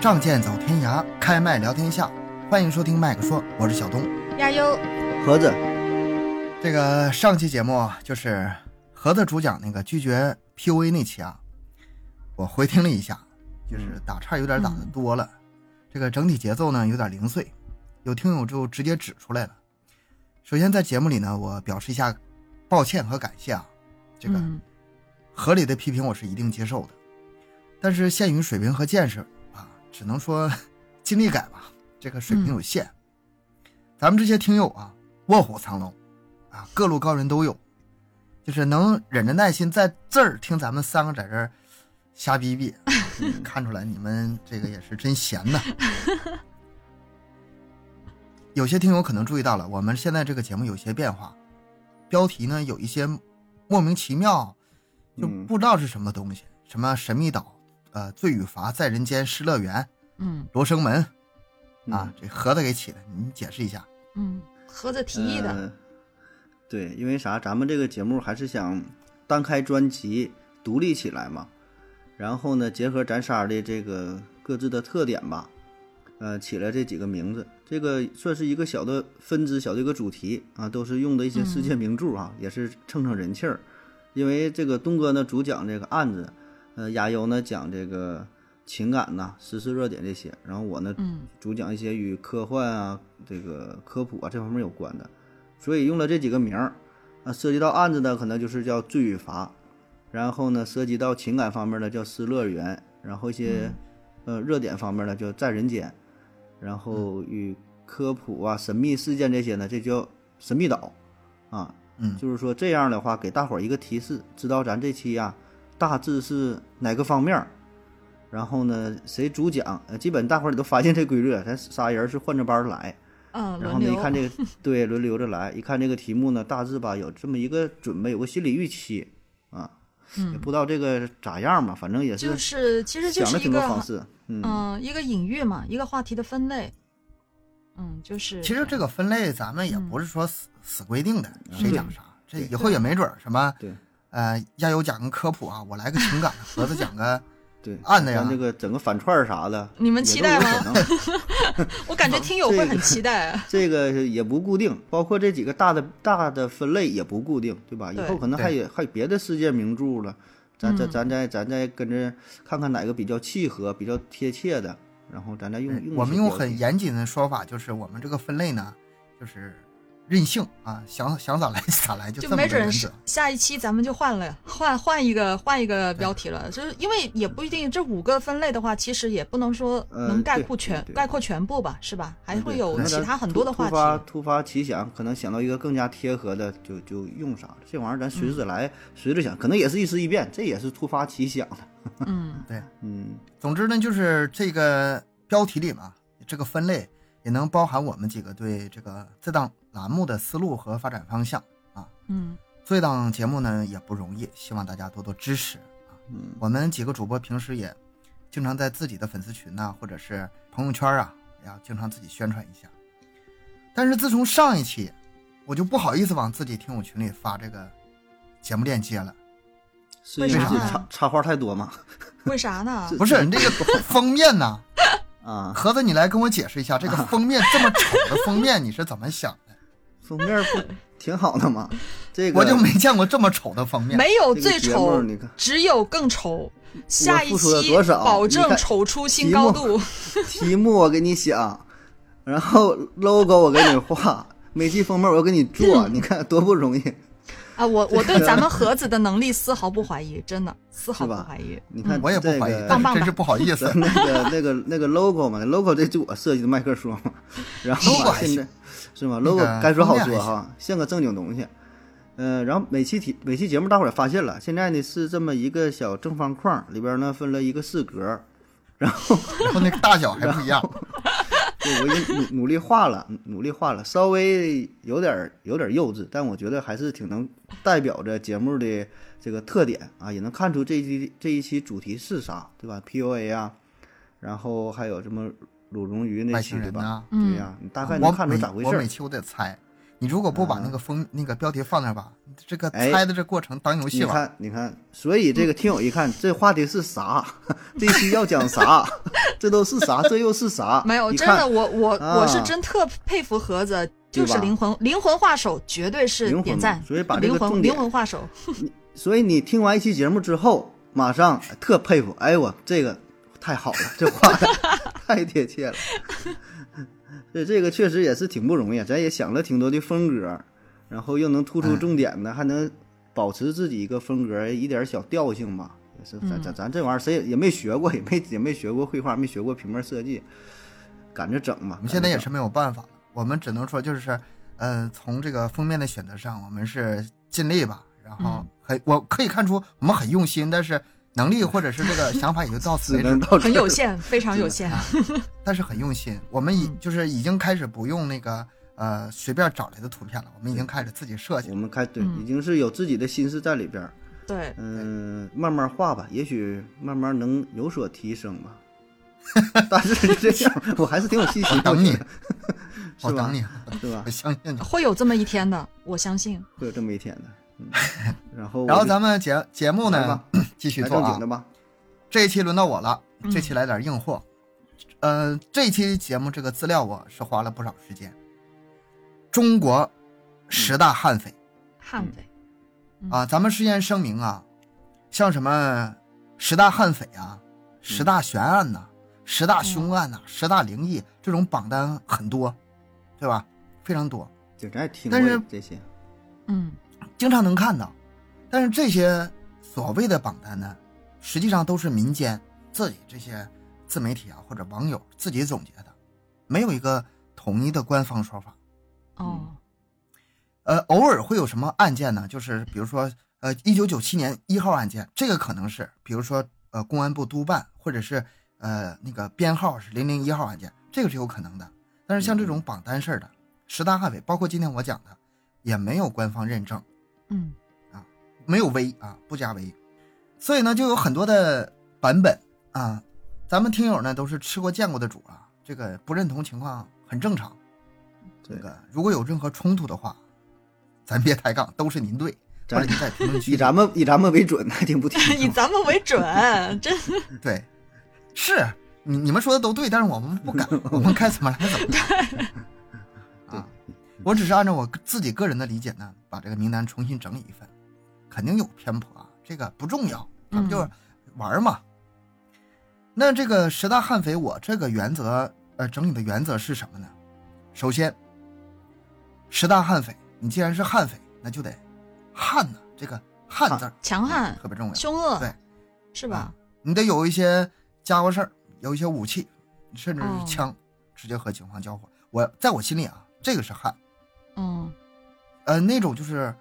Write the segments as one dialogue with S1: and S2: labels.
S1: 仗剑走天涯，开麦聊天下。欢迎收听麦克说，我是小东。
S2: 亚优，
S3: 盒子，
S1: 这个上期节目啊就是盒子主讲那个拒绝 PUA 那期啊，我回听了一下，就是打岔有点打的多了，这个整体节奏呢有点零碎，有听友就直接指出来了。首先在节目里呢，我表示一下抱歉和感谢啊，这个
S2: 嗯
S1: 合理的批评我是一定接受的，但是限于水平和见识啊，只能说尽力改吧，这个水平有限。咱们这些听友啊，卧虎藏龙，啊，各路高人都有，就是能忍着耐心在这儿听咱们三个在这儿瞎逼逼，啊看出来你们这个也是真闲的。有些听友可能注意到了，我们现在这个节目有些变化，标题呢有一些莫名其妙，就
S3: 嗯
S1: 不知道是什么东西，什么神秘岛，呃，罪与罚在人间，失乐园，
S2: 嗯
S1: 罗生门啊
S3: 嗯，
S1: 这盒子给起的，你解释一下。
S2: 嗯，盒子提议的，
S3: 呃对，因为啥？咱们这个节目还是想单开专辑独立起来嘛，然后呢，结合咱仨的这个各自的特点吧，呃，起了这几个名字，这个算是一个小的分支，小的一个主题啊，都是用的一些世界名著啊，也是蹭蹭人气儿。因为这个东哥呢主讲这个案子，呃，亚优呢讲这个情感呐、时事热点这些，然后我呢
S2: 嗯
S3: 主讲一些与科幻啊、这个科普啊这方面有关的，所以用了这几个名儿。啊，涉及到案子的可能就是叫罪与罚，然后呢，涉及到情感方面的叫失乐园，然后一些、呃热点方面的叫在人间，然后与科普啊、神秘事件这些呢，这叫神秘岛啊。
S1: 嗯
S3: 就是说这样的话，给大伙儿一个提示，知道咱这期啊大致是哪个方面儿。然后呢，谁主讲？呃，基本大伙儿也都发现这规律了，咱仨人是换着班儿来。
S2: 嗯，
S3: 然后
S2: 轮
S3: 呢，一
S2: 流，
S3: 看这个，对，轮流着来，一看这个题目呢，大致吧有这么一个准备，有个心理预期啊，也
S2: 嗯，
S3: 不知道这个咋样嘛，反正也
S2: 就是是其实就
S3: 想
S2: 是
S3: 了
S2: 一
S3: 挺多
S2: 个
S3: 方，式，嗯
S2: 嗯，一个隐喻嘛，一个话题的分类，嗯，就是，
S1: 其实这个分类咱们也不是说死、死规定的，谁讲啥，这
S3: 嗯对
S1: 以后也没准儿什么
S3: 对
S1: 呃，亚优讲个科普啊，我来个情感，盒子讲个
S3: 对，
S1: 按的呀
S3: 咱这个整个反串儿啥的，
S2: 嗯你们
S3: 也
S2: 期
S3: 都啊有
S2: 待吗
S3: 可能
S2: 我感觉听友会很期待，啊
S3: 这个也不固定，包括这几个大的大的分类也不固定，对吧？以
S2: 对
S3: 后可能还有还有别的世界名著了，咱咱
S2: 嗯
S3: 咱再咱再跟着看看哪个比较契合、比较贴切的，然后咱再 用用一
S1: 嗯我们
S3: 些
S1: 用
S3: 标
S1: 很
S3: 题
S1: 严谨的说法，就是我们这个分类呢，就是任性啊，想想咋来咋来，就
S2: 就
S1: 这么
S2: 没
S1: 个原
S2: 准是
S1: 则。
S2: 下一期咱们就换了，换换一个换一个标题了，就是因为也不一定这五个分类的话，其实也不能说
S3: 呃
S2: 能概
S3: 对
S2: 括
S3: 对
S2: 全
S3: 对
S2: 概括全部吧，是吧？还
S3: 嗯
S2: 会
S3: 对
S2: 有
S3: 可能
S2: 其
S3: 咱
S2: 他很
S3: 突
S2: 多的话
S3: 突发
S2: 题，
S3: 突发奇想，可能想到一个更加贴合的，就就用啥。这玩意儿咱
S2: 嗯
S3: 随着来，随着想，可能也是一时一变，这也是突发奇想的。
S2: 嗯
S3: 嗯，
S1: 总之呢，就是这个标题里嘛，这个分类也能包含我们几个对这个这档栏目的思路和发展方向。
S2: 嗯
S1: 这档节目呢也不容易，希望大家多多支持啊。
S3: 嗯
S1: 我们几个主播平时也经常在自己的粉丝群呐、或者是朋友圈啊，也要经常自己宣传一下。但是自从上一期，我就不好意思往自己听友群里发这个节目链接了。
S3: 是因
S2: 为
S3: 为
S2: 啥
S3: 是
S2: 呢
S3: 插插花太多嘛？
S2: 为啥呢？
S1: 不是你这个封面呐，
S3: 啊，
S1: 盒子，你来跟我解释一 下这个封面这么丑的封面，你是怎么想的？
S3: 封面儿 不挺好的嘛？这个
S1: 我就没见过这么丑的封面。
S2: 没有
S3: 这个
S2: 最
S3: 节目
S2: 丑
S3: 你看，
S2: 只有更丑。下一
S3: 付出了
S2: 期
S3: 多少
S2: 保
S3: 你
S2: 证
S3: 看
S2: 丑出新
S3: 题
S2: 高
S3: 目
S2: 度。
S3: 题目我给你想，然后 logo 我给你画， 每期封面我又给你做，你看多不容易。
S2: 啊，我我对咱 们盒子的能力丝毫不怀疑，真的丝毫
S3: 是
S2: 不
S3: 吧
S2: 怀疑。
S3: 你看
S1: 我也不
S3: 这
S1: 怀疑
S3: 个，
S1: 但是
S2: 棒棒的
S1: 真是不好意思
S3: 咱。 那个那个那个 logo 嘛，logo 这就我设计的麦克说 嘛，然后
S1: logo
S3: 啊
S1: 还
S3: 现在是吗
S1: 那
S3: ？logo
S1: 个
S3: 该说好
S1: 封面
S3: 说
S1: 还
S3: 哈，像个正经东西。嗯，然后每期题每期节目大伙儿也发现了，现在呢是这么一个小正方框，里边呢分了一个四格，然后
S1: 然后那个大小还不一样，
S3: 对我已经努努力画了，努力画了，稍微有点儿有点儿幼稚，但我觉得还是挺能代表着节目的这个特点啊，也能看出这一期这一期主题是啥，对吧？PUA 啊，然后 还有什么鲁荣鱼那
S1: 外
S3: 期
S1: 星
S3: 对
S1: 人
S3: 吧？
S1: 呐、
S2: 嗯
S3: 对呀、你大概能
S1: 我
S3: 看出
S1: 每
S3: 咋回
S1: 我
S3: 事
S1: 每
S3: 儿。嗯
S1: 期我得猜，你如果不把那个封、那个标题放那儿吧，这个
S3: 哎
S1: 猜的这过程当游戏
S3: 你
S1: 玩。
S3: 看，你看，所以这个听友一看，这话题是啥？ 这期要讲啥？ 这都是啥？这又是啥？
S2: 没有，
S3: 你
S2: 真
S3: 看
S2: 的，我我、我是
S3: 啊
S2: 真特佩服盒子，就是
S3: 吧
S2: 灵魂灵魂画手，绝对是
S3: 灵魂
S2: 点
S3: 嘛
S2: 赞。
S3: 所以把这
S2: 灵
S3: 个重
S2: 魂
S3: 点
S2: 灵魂画手，
S3: 所以你听完一期节目之后，马上特佩服，哎我这个太好了，这话太贴 切了。这这个确实也是挺不容易，啊咱也想了挺多的风格，然后又能突出重点呢，还能保持自己一个风格一点小调性吧。也是
S1: 嗯
S3: 咱咱咱这玩意儿谁也也没学过，也没也没学过绘画，没学过平面设计，赶着整嘛。
S1: 我们现在也
S3: 赶着
S1: 是没有办法了，我们只能说就是，呃，从这个封面的选择上，我们是尽力吧。然后
S3: 嗯
S1: 很、我可以看出我们很用心，但是能力或者是这
S3: 嗯
S1: 个想法也就到
S3: 整
S1: 此
S3: 只
S1: 为止
S3: 能，到这
S2: 很
S3: 儿
S2: 有限，非常有 限。
S1: 但是很用心。我们已、
S3: 嗯
S1: 就是已经开始不用那个呃随便找来的图片了，我们已经开始自己设计
S3: 我
S1: 了。
S3: 们开对，
S2: 嗯
S3: 已经是有自己的心思在里边儿。
S2: 对，
S3: 嗯，慢慢画吧，也许慢慢能有所提升 吧。但是就这样，我还是挺有信心。
S1: 等你，
S3: 嗯是
S1: 我
S3: 吧
S1: 哦
S3: 嗯
S1: 等？你，啊
S3: 是吧
S1: 我？相信你。
S2: 会有这么一天的，我相信。
S3: 会有这么一天的。 嗯，然后我
S1: 然后
S3: 就
S1: 咱们节节目
S3: 来
S1: 呢
S3: 吧，
S1: 继续
S3: 来
S1: 做
S3: 正
S1: 啊
S3: 经的。吧。
S1: 这一期轮到我了，
S2: 嗯
S1: 这期来点硬货。呃，这期节目这个资料我是花了不少时间。中国十大悍匪、
S2: 悍匪，嗯
S1: 啊，咱们事先声明啊，像什么十大悍匪啊、
S2: 嗯
S1: 十大悬案呐、十大凶案呐、十大灵异这种榜单很多，对吧？非常多，
S3: 就咱也听
S1: 但是
S3: 过这些，
S2: 嗯，
S1: 经常能看到。但是这些所谓的榜单呢，实际上都是民间自己这些自媒体啊或者网友自己总结的，没有一个统一的官方说法。
S2: 哦，
S1: 呃，偶尔会有什么案件呢？就是比如说，呃，一九九七年一号案件，这个可能是，比如说，呃，公安部督办，或者是呃那个编号是零零一号案件，这个是有可能的。但是像这种榜单式的十大悍匪，包括今天我讲的，也没有官方认证。
S2: 嗯，
S1: 没有 V 啊，不加 V，所以呢就有很多的版本啊。咱们听友呢都是吃过见过的主啊，这个不认同情况很正常。这
S3: 对
S1: 个如果有任何冲突的话，咱别抬杠，都是您对，或
S3: 咱
S1: 者您在评论区
S3: 以咱们以咱们为准，还挺不听
S2: 以咱们为准， 真
S1: 对，是你你们说的都对，但是我们不敢，我们该怎么来怎么来。 啊，我只是按照我自己个人的理解呢，把这个名单重新整理一份，肯定有偏颇啊，这个不重要，咱们就是玩儿嘛。那这个十大悍匪，我这个原则，呃，整理的原则是什么呢？首先，十大悍匪，你既然是悍匪，那就得悍呐、这个悍字儿
S2: 强悍、
S1: 特别重要，
S2: 凶恶，
S1: 对，
S2: 是
S3: 啊。
S2: 吧？
S1: 你得有一些家伙事儿，有一些武器，甚至
S2: 哦
S1: 是枪，直接和警方交火。我在我心里啊，这个是悍，
S2: 嗯
S1: 呃，那种就是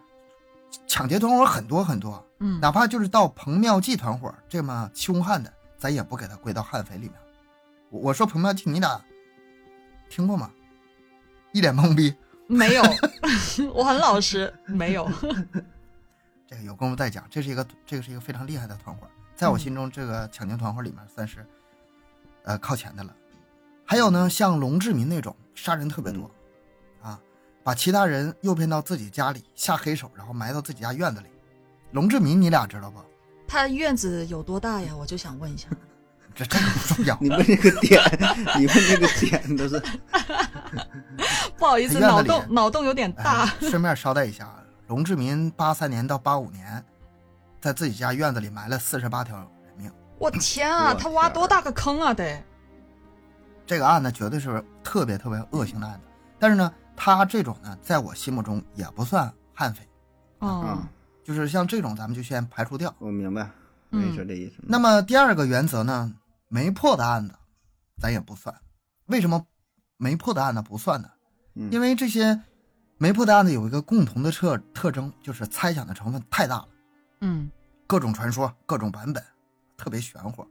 S1: 抢劫团伙很多很多，
S2: 嗯
S1: 哪怕就是到彭妙计团伙这么凶悍的，咱也不给他归到悍匪里面。我我说彭妙计，你俩听过吗？一脸懵逼，
S2: 没 有，我很老实，没有。
S1: 这个有功夫再讲。这是一个这个是一个非常厉害的团伙，在我
S2: 嗯
S1: 心中，这个抢劫团伙里面算是，呃，靠前的了。还有呢，像龙志民那种杀人特别多，
S2: 嗯
S1: 啊，把其他人诱骗到自己家里下黑手，然后埋到自己家院子里。龙志民，你俩知道不？
S2: 他院子有多大呀？我就想问 一下。
S1: 这这个不重要
S3: 你们这个点， 你们这个点 都是
S2: 不好意思，
S1: 他院子
S2: 脑
S1: 里啊
S2: 洞脑洞有点大。
S1: 哎顺便捎带一下，龙志民八三年到八五年，在自己家院子里埋了四十八条人命。
S2: 我天啊，
S3: 我
S2: 他挖
S3: 天
S2: 多大个坑啊？得，
S1: 嗯这个案子绝对是特别特别恶性的案子。但是呢，他这种呢，在我心目中也不算悍匪，嗯
S2: 哦
S3: 啊，，
S1: 就是像这种咱们就先排除掉。
S3: 我明白，我跟你说这意思。
S1: 嗯那么第二个原则呢，没破的案子，咱也不算。为什么没破的案子不算呢？
S3: 嗯
S1: 因为这些没破的案子有一个共同的特特征，就是猜想的成分太大了，
S2: 嗯
S1: 各种传说、各种版本，特别玄乎。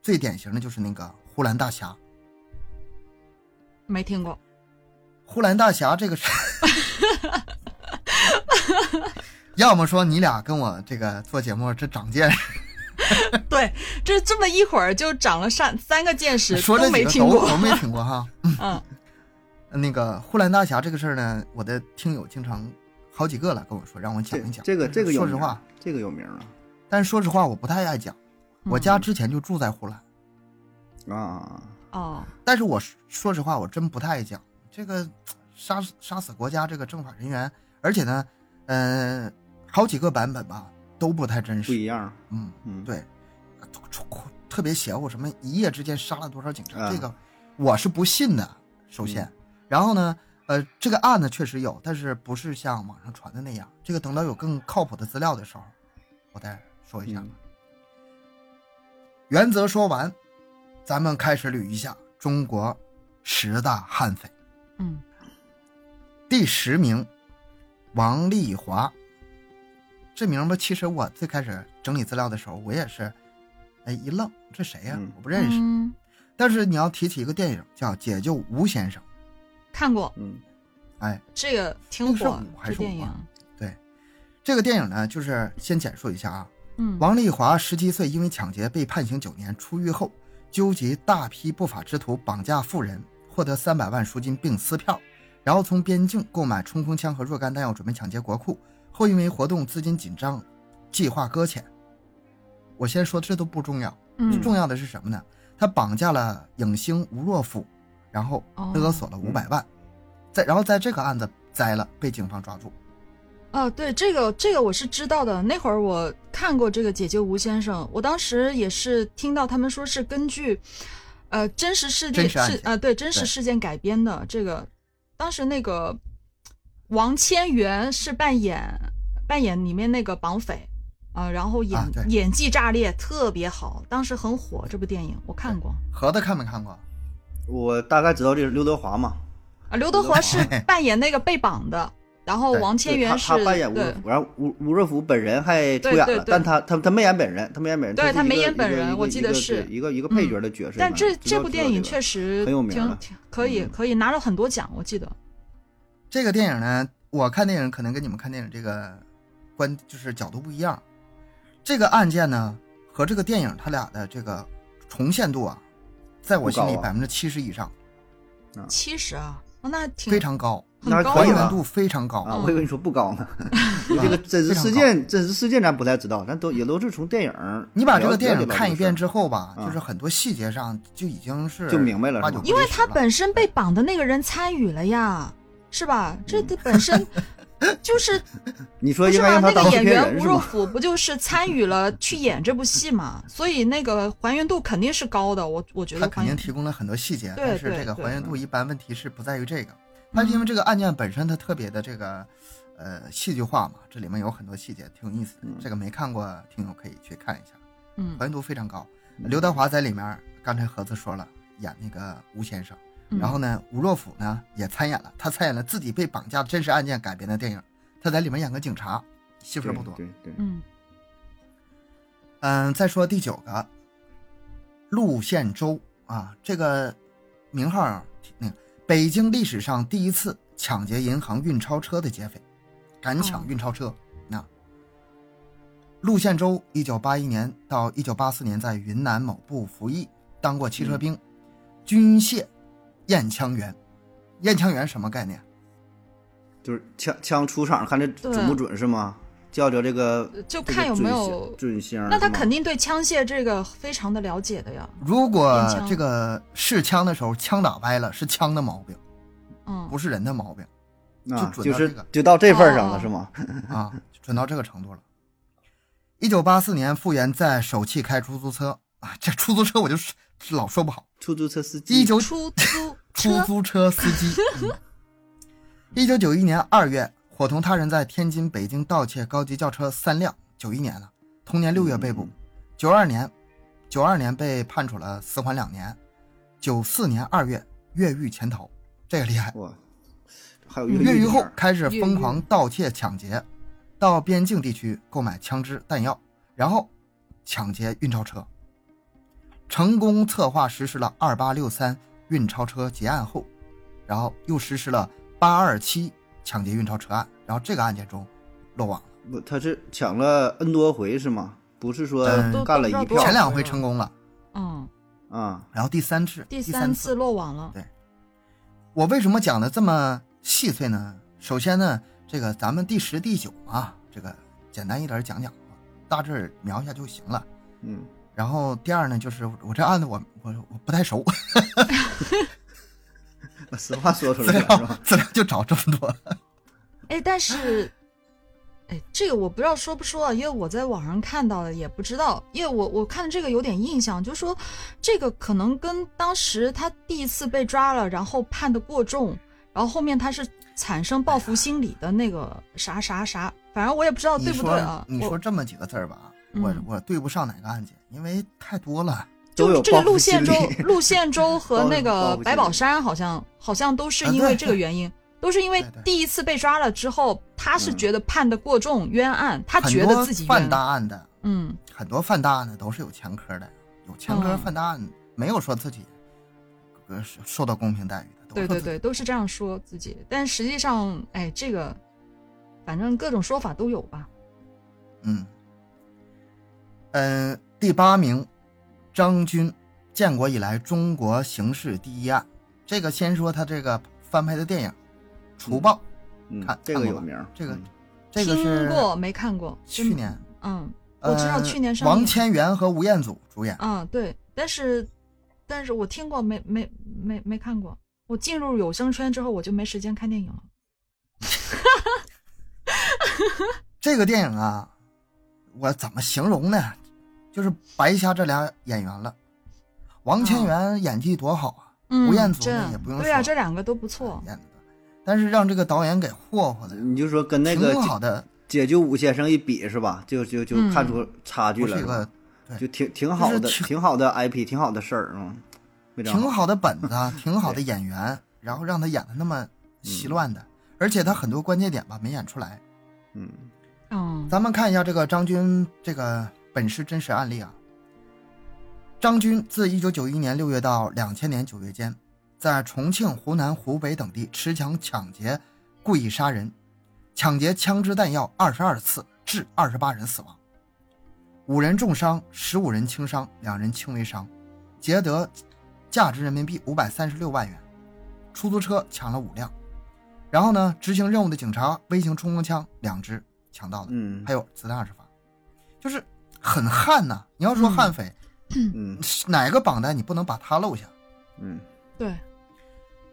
S1: 最典型的就是那个呼兰大侠。
S2: 没听过。
S1: 呼兰大侠这个是，要么说你俩跟我这个做节目这长见识，
S2: 对，这这么一会儿就长了三三个见识，
S1: 说这
S2: 都
S1: 几
S2: 没
S1: 个
S2: 听
S1: 都
S2: 过。
S1: 都没听过哈。
S2: 嗯
S1: 那个护栏大侠这个事儿呢，我的听友经常好几个了跟我说，让我讲
S3: 这
S1: 一讲。
S3: 这个这个有
S1: 说实
S3: 名
S1: 话，
S3: 这个有名啊
S1: 但是说实话，我不太爱讲。我家
S3: 嗯
S1: 之前就住在护栏，
S3: 啊啊，
S2: 哦，
S1: 但是我是说实话，我真不太爱讲这个杀死杀死国家这个政法人员，而且呢，嗯、好几个版本吧都不太真
S3: 不一
S1: 实。
S3: 样，
S1: 嗯，
S3: 嗯，
S1: 对，呃特别邪乎，什么一夜之间杀了多少警察，
S3: 啊嗯
S1: 这个我是不信的。首先，然后呢，呃，这个案子确实有，但是不是像网上传的那样？这个等到有更靠谱的资料的时候，我再说一下。
S3: 嗯
S1: 原则说完，咱们开始捋一下中国十大悍匪。
S2: 嗯
S1: 第十名，王丽华。这名儿吧，其实我最开始整理资料的时候，我也是，哎一愣，这谁呀、
S3: 嗯
S1: 我不认识。
S2: 嗯
S1: 但是你要提起一个电影叫《解救吴先生》，
S2: 看过
S3: 嗯
S1: 哎，
S2: 这个挺
S1: 是
S2: 火
S1: 五，还
S2: 这
S1: 是
S2: 电
S1: 五
S2: 影
S1: 啊，这个电影呢，就是先简述一下啊。
S2: 嗯，
S1: 王丽华十七岁因为抢劫被判刑九年，出狱后纠集大批不法之徒绑架富人，获得三百万赎金并撕票，然后从边境购买冲锋枪和若干弹药，准备抢劫国库。后因为活动资金紧张，计划搁浅。我先说这都不重要，
S2: 嗯
S1: 重要的是什么呢？他绑架了影星吴若甫，然后
S2: 哦
S1: 勒索了五百万，在然后在这个案子栽了，被警方抓住。
S2: 哦，对，这个这个我是知道的。那会儿我看过这个《解救吴先生》，我当时也是听到他们说是根据，呃，真实事件
S1: 真实案
S2: 是
S1: 件
S2: 啊、对，真实
S1: 对
S2: 事件改编的。这个当时那个王千源是扮演扮演里面那个绑匪啊、然后演、
S1: 啊对
S2: 演技炸裂，特别好，当时很火。这部电影我看过
S1: 盒子看没看过？
S3: 我大概知道这是刘德华嘛，
S2: 啊，刘德 华是扮演那个被绑的，然后
S1: 对
S2: 王千
S3: 对
S2: 源
S3: 他
S2: 是
S3: 他扮演吴
S2: 对
S3: 若甫，然后吴吴若甫本人还出
S2: 对
S3: 演
S2: 对对，
S3: 了但他他他没演本人，他没演本人，
S2: 对
S3: 是
S2: 他没
S3: 一个
S2: 演本
S3: 一个
S2: 人
S3: 一个
S2: 我记
S3: 一
S2: 得
S3: 个
S2: 是嗯
S3: 对一个一个配角的角色。
S2: 但这这部电影
S3: 确
S2: 确
S3: 实
S2: 实
S3: 很有名
S2: 挺
S3: 了
S2: 挺可以，
S3: 嗯
S2: 可以拿了很多奖，我记得。
S1: 这个电影呢，我看电影可能跟你们看电影这个观就是角度不一样。这个案件呢和这个电影它俩的这个重现度啊，在我心里
S3: 不高
S1: 百
S3: 啊
S1: 分之七十以上，
S2: 七十啊，哦那挺
S1: 非常高，
S2: 很高
S3: 那
S1: 还
S3: 可以
S1: 原
S2: 的。
S3: 了
S1: 度非常高
S3: 啊，
S2: 嗯
S3: 我以为你说不高 呢。因为这个真实
S1: 非常
S3: 事件，真实事件咱不太知道，咱都也都是从电影儿
S1: 你把这
S3: 了
S1: 个
S3: 解
S1: 电
S3: 了
S1: 影
S3: 解到
S1: 看
S3: 这
S1: 一
S3: 个事
S1: 遍
S3: 儿
S1: 之后吧，
S3: 嗯
S1: 就是很多细节上就已经是
S3: 就明白了
S1: 八
S3: 是
S1: 九
S3: 吗
S1: 不离
S2: 因为
S1: 十
S2: 他
S1: 了
S2: 本身被绑的那个人参与了呀，是吧？这这本身就是
S3: 你说
S2: 不是
S3: 应
S2: 吗？
S3: 该让
S2: 那
S3: 他当
S2: 个
S3: 制
S2: 演
S3: 片
S2: 员
S3: 人
S2: 吴
S3: 是
S2: 若
S3: 吗？
S2: 甫不就是参与了去演这部戏嘛？所以那个还原度肯定是高的，我我觉
S1: 他
S2: 得
S1: 肯
S2: 还
S1: 定
S2: 原
S1: 提供了很多细节，
S2: 对
S1: 但是
S2: 对
S1: 这个
S2: 对嗯
S1: 还原度一般问题是不在于这个，它是因为这个案件本身它特别的这个，呃，戏剧化嘛，这里面有很多细节挺有意思的
S3: 嗯，
S1: 这个没看过听友可以去看一下，
S2: 嗯
S1: 还原度非常高。刘德华在里面，刚才盒子说了，演那个吴先生，
S2: 嗯
S1: 然后呢，吴若甫呢也参演了，他参演了自己被绑架真实案件改编的电影，他在里面演个警察，戏份
S3: 对
S1: 不多。
S3: 对对，
S2: 嗯
S1: 嗯，再说第九个，陆宪洲啊，这个名号啊，那个北京历史上第一次抢劫银行运钞车的劫匪，敢
S2: 哦
S1: 抢运钞车。那、陆宪洲，一九八一年到一九八四年在云南某部服役，当过汽
S2: 嗯
S1: 车兵、军械验枪员。验枪员什么概念？
S3: 就是枪枪出场看这准不准是吗？叫叫这个
S2: 呃就
S3: 这个
S2: 看有没有
S3: 准准星儿是吗。
S2: 那他肯定对枪械这个非常的了解的呀，
S1: 如果
S2: 验枪
S1: 这个试枪的时候枪打歪了，是枪的毛病，
S2: 嗯
S1: 不是人的毛病。
S3: 啊，
S1: 就准
S3: 就
S1: 到
S3: 是
S1: 这个
S3: 就到这份儿上
S2: 哦
S3: 了是吗？
S1: 啊，准到这个程度了。一九八四年，傅园在首汽开出租车啊，这出租车我就是老说不好。
S3: 出租车司机
S1: 一九
S2: 出租
S1: 出
S2: 车
S1: 租车司机。一九九一年二月，伙同他人在天津、北京盗窃高级轿车三辆，九一年了。同年六月被捕
S3: 嗯，
S1: 九二年，九二年被判处了死缓两年，九四年二月越狱潜逃，这个厉害。
S3: 哇，还有
S1: 越
S3: 狱
S1: 狱
S3: 的
S1: 后
S3: 事儿
S1: 开始疯狂盗窃、抢劫，到边境地区购买枪支、弹药，然后抢劫运钞车。成功策划实施了二八六三运钞车劫案后，然后又实施了八二七抢劫运钞车案，然后这个案件中落网了，
S3: 不，他是抢了 N 多回是吗？不是说
S1: 嗯
S2: 都
S3: 干
S2: 都不
S3: 了
S2: 知道
S3: 一
S2: 多少
S3: 票
S1: 前两
S2: 回
S1: 回
S2: 了
S1: 成功了，
S2: 嗯，
S3: 啊？
S1: 然后第三次
S2: 第
S1: 三
S2: 次落网了，
S1: 我为什么讲的这么细碎呢？首先呢，这个咱们第十、第九啊，这个简单一点讲讲，大致描一下就行了。
S3: 嗯，
S1: 然后第二呢，就是我这案子我我我不太熟，
S3: 把实话说出
S1: 资
S3: 来
S1: 料
S3: 了是吧？
S1: 资料就找这么多。
S2: 哎，但是，哎，这个我不知道说不说啊，因为我在网上看到的，也不知道，因为我我看这个有点印象，就说这个可能跟当时他第一次被抓了，然后判的过重，然后后面他是产生报复心理的那个啥啥啥，反正我也不知道
S1: 你
S2: 对不
S1: 说
S2: 对啊。
S1: 你
S2: 我
S1: 说这么几个字儿吧，我
S2: 嗯
S1: 我对不上哪个案件，因为太多了。
S3: 都
S2: 就
S3: 有
S2: 这个
S3: 报复
S2: 陆线
S3: 心
S2: 州
S3: 理、
S2: 陆线州和那
S3: 报
S2: 个
S3: 复心理
S2: 百宝山好像好像都是
S1: 啊
S2: 因为
S1: 对
S2: 这个原因，都是因为
S1: 对对
S2: 第一次被抓了之后，他是
S3: 嗯
S2: 觉得判的过重，冤案，他
S1: 很
S2: 觉
S1: 多
S2: 得自己
S1: 犯
S2: 冤
S1: 大。案的，
S2: 嗯，
S1: 很多犯大案的都是有前科的，有前科
S2: 嗯
S1: 犯大案没有说自己呃受受到公平待遇的，都
S2: 对
S1: 说
S2: 对
S1: 自己
S2: 对，都是这样说自己，但实际上，哎，这个反正各种说法都有吧。
S1: 嗯，嗯，第八名，张军，建国以来中国刑事第一案。啊这个先说他这个翻拍的电影《除暴》，
S3: 嗯
S1: 看，
S3: 这
S1: 看
S3: 个
S1: 过
S3: 有
S1: 吧
S3: 名儿，
S1: 这个
S3: 嗯
S1: 这个
S2: 听
S1: 是
S2: 过没看过？
S1: 去
S2: 真
S1: 年，
S2: 嗯，我知道
S1: 呃
S2: 去年上
S1: 王
S2: 映
S1: 千源和吴彦祖主演。
S2: 嗯，对，但是但是我听过，没没没没看过。我进入有声圈之后，我就没时间看电影了。
S1: 这个电影啊，我怎么形容呢？就是白瞎这俩演员了。王千源演技多好啊，
S2: 嗯，
S1: 吴彦祖
S2: 这
S1: 呢也不用
S2: 对呀、
S1: 说哎
S2: 这两个都不错。
S1: 演的，但是让这个导演给霍霍的，
S3: 嗯你就说跟那个
S1: 挺好的，
S3: 解解救武先生一比是吧？就就就
S2: 嗯
S3: 看出差距
S1: 不
S3: 了
S1: 是一
S3: 是吧，
S1: 个对
S3: 就挺挺好的，
S1: 就是挺
S3: 挺好的 IP，挺好的事儿，嗯，非常
S1: 挺。好的本子，挺好的演员，然后让他演的那么稀乱的，而且他很多关键点吧没演出来。
S3: 嗯，
S2: 嗯
S1: 咱们看一下这个张军这个本市真实案例啊。张军自1991年6月到2000年9月间，在重庆、湖南、湖北等地持枪抢劫、故意杀人、抢劫枪支弹药22次，致28人死亡，五人重伤，1五人轻伤，两人轻微伤，劫得价值人民币536万元，出租车抢了五辆，然后呢，执行任务的警察微型冲锋枪两支抢到的，
S3: 嗯
S1: 还有子弹二十发，就是很悍呐、你要说悍匪，
S3: 嗯
S1: 哪个榜单你不能把他漏下？
S3: 嗯，
S2: 对，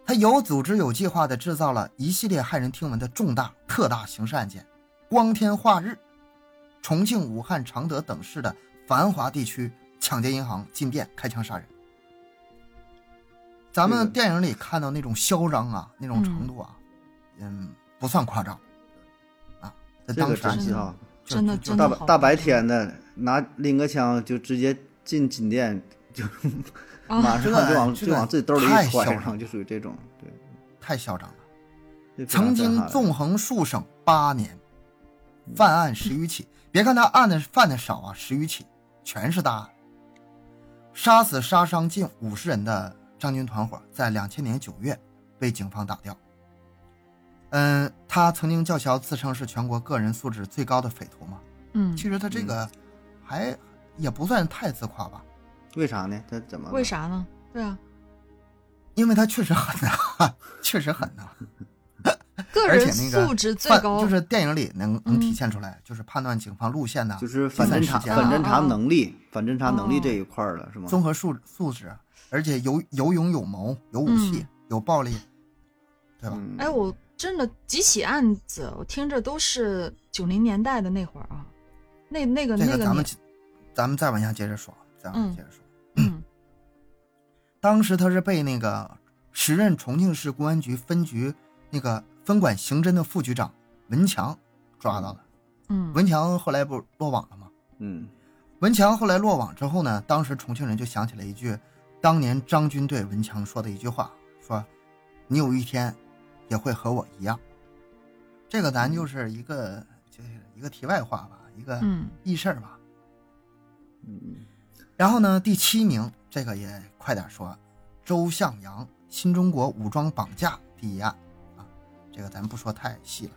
S1: 他有组织、有计划地制造了一系列骇人听闻的重大、特大刑事案件，光天化日，重庆、武汉、常德等市的繁华地区抢劫银行、进店、开枪杀人。咱
S3: 这
S1: 们
S3: 个
S1: 电影里看到那种嚣张啊，那种程度啊，嗯，不算夸张啊。在
S3: 这
S1: 当
S3: 个
S1: 时
S3: 真
S1: 就
S3: 是啊，
S1: 就
S2: 真的
S1: 就
S2: 真的
S3: 大
S2: 嗯好
S3: 白大白
S2: 夸张
S3: 天的拿拎个枪就直接进金店，就
S2: 啊
S3: 马上
S1: 这个
S3: 就往
S1: 这
S3: 就
S1: 个
S3: 往自己兜里
S1: 太
S3: 一
S1: 嚣
S3: 揣
S1: 张
S3: 上，就属于这种，对，
S1: 太嚣张了。
S3: 这非常
S1: 曾
S3: 震
S1: 经
S3: 撼
S1: 纵横数省八年，犯案十余起。别看他案的犯的少啊，十余起全是大案。杀死杀伤近五十人的张军团伙，在两千年九月被警方打掉。嗯，他曾经叫嚣自称是全国个人素质最高的匪徒嘛。
S2: 嗯，
S1: 其实他这个还也不算太自夸吧，
S3: 为啥呢？他怎么了
S2: 为？啥呢？对啊，
S1: 因为他确实狠呐， 确实狠呐。
S2: 个
S1: 而
S2: 人
S1: 且那个
S2: 素质最
S1: 犯
S2: 高，
S1: 就是电影里能能体
S2: 嗯
S1: 现出来，就是判断警方路线呐，
S3: 就是反侦查
S1: 计算时间啊
S3: 反侦查
S2: 哦哦
S3: 能力反侦查能力
S2: 哦
S3: 这一块儿了是吗？
S1: 综合素素质，而且有有勇有谋，有
S2: 嗯
S1: 武器，有暴力，对吧？
S3: 嗯
S2: 哎，我真的几起案子，我听着都是九零年代的那会儿啊，那那个
S1: 这
S2: 呃那
S1: 个
S2: 个
S1: 咱们
S2: 年，
S1: 接咱们再往下接着说，啊再往下接着说。
S2: 嗯
S1: 当时他是被那个时任重庆市公安局分局那个分管刑侦的副局长文强抓到了。
S2: 嗯
S1: 文强后来不落网了吗？
S3: 嗯
S1: 文强后来落网之后呢，当时重庆人就想起了一句当年张军对文强说的一句话，说：“你有一天也会和我一样。”这个咱就是一个就是一个题外话吧，一个
S2: 嗯
S1: 轶事儿吧。
S3: 嗯
S1: 然后呢，第七名这个也快点说，周向阳，新中国武装绑架第一案啊，这个咱不说太细了。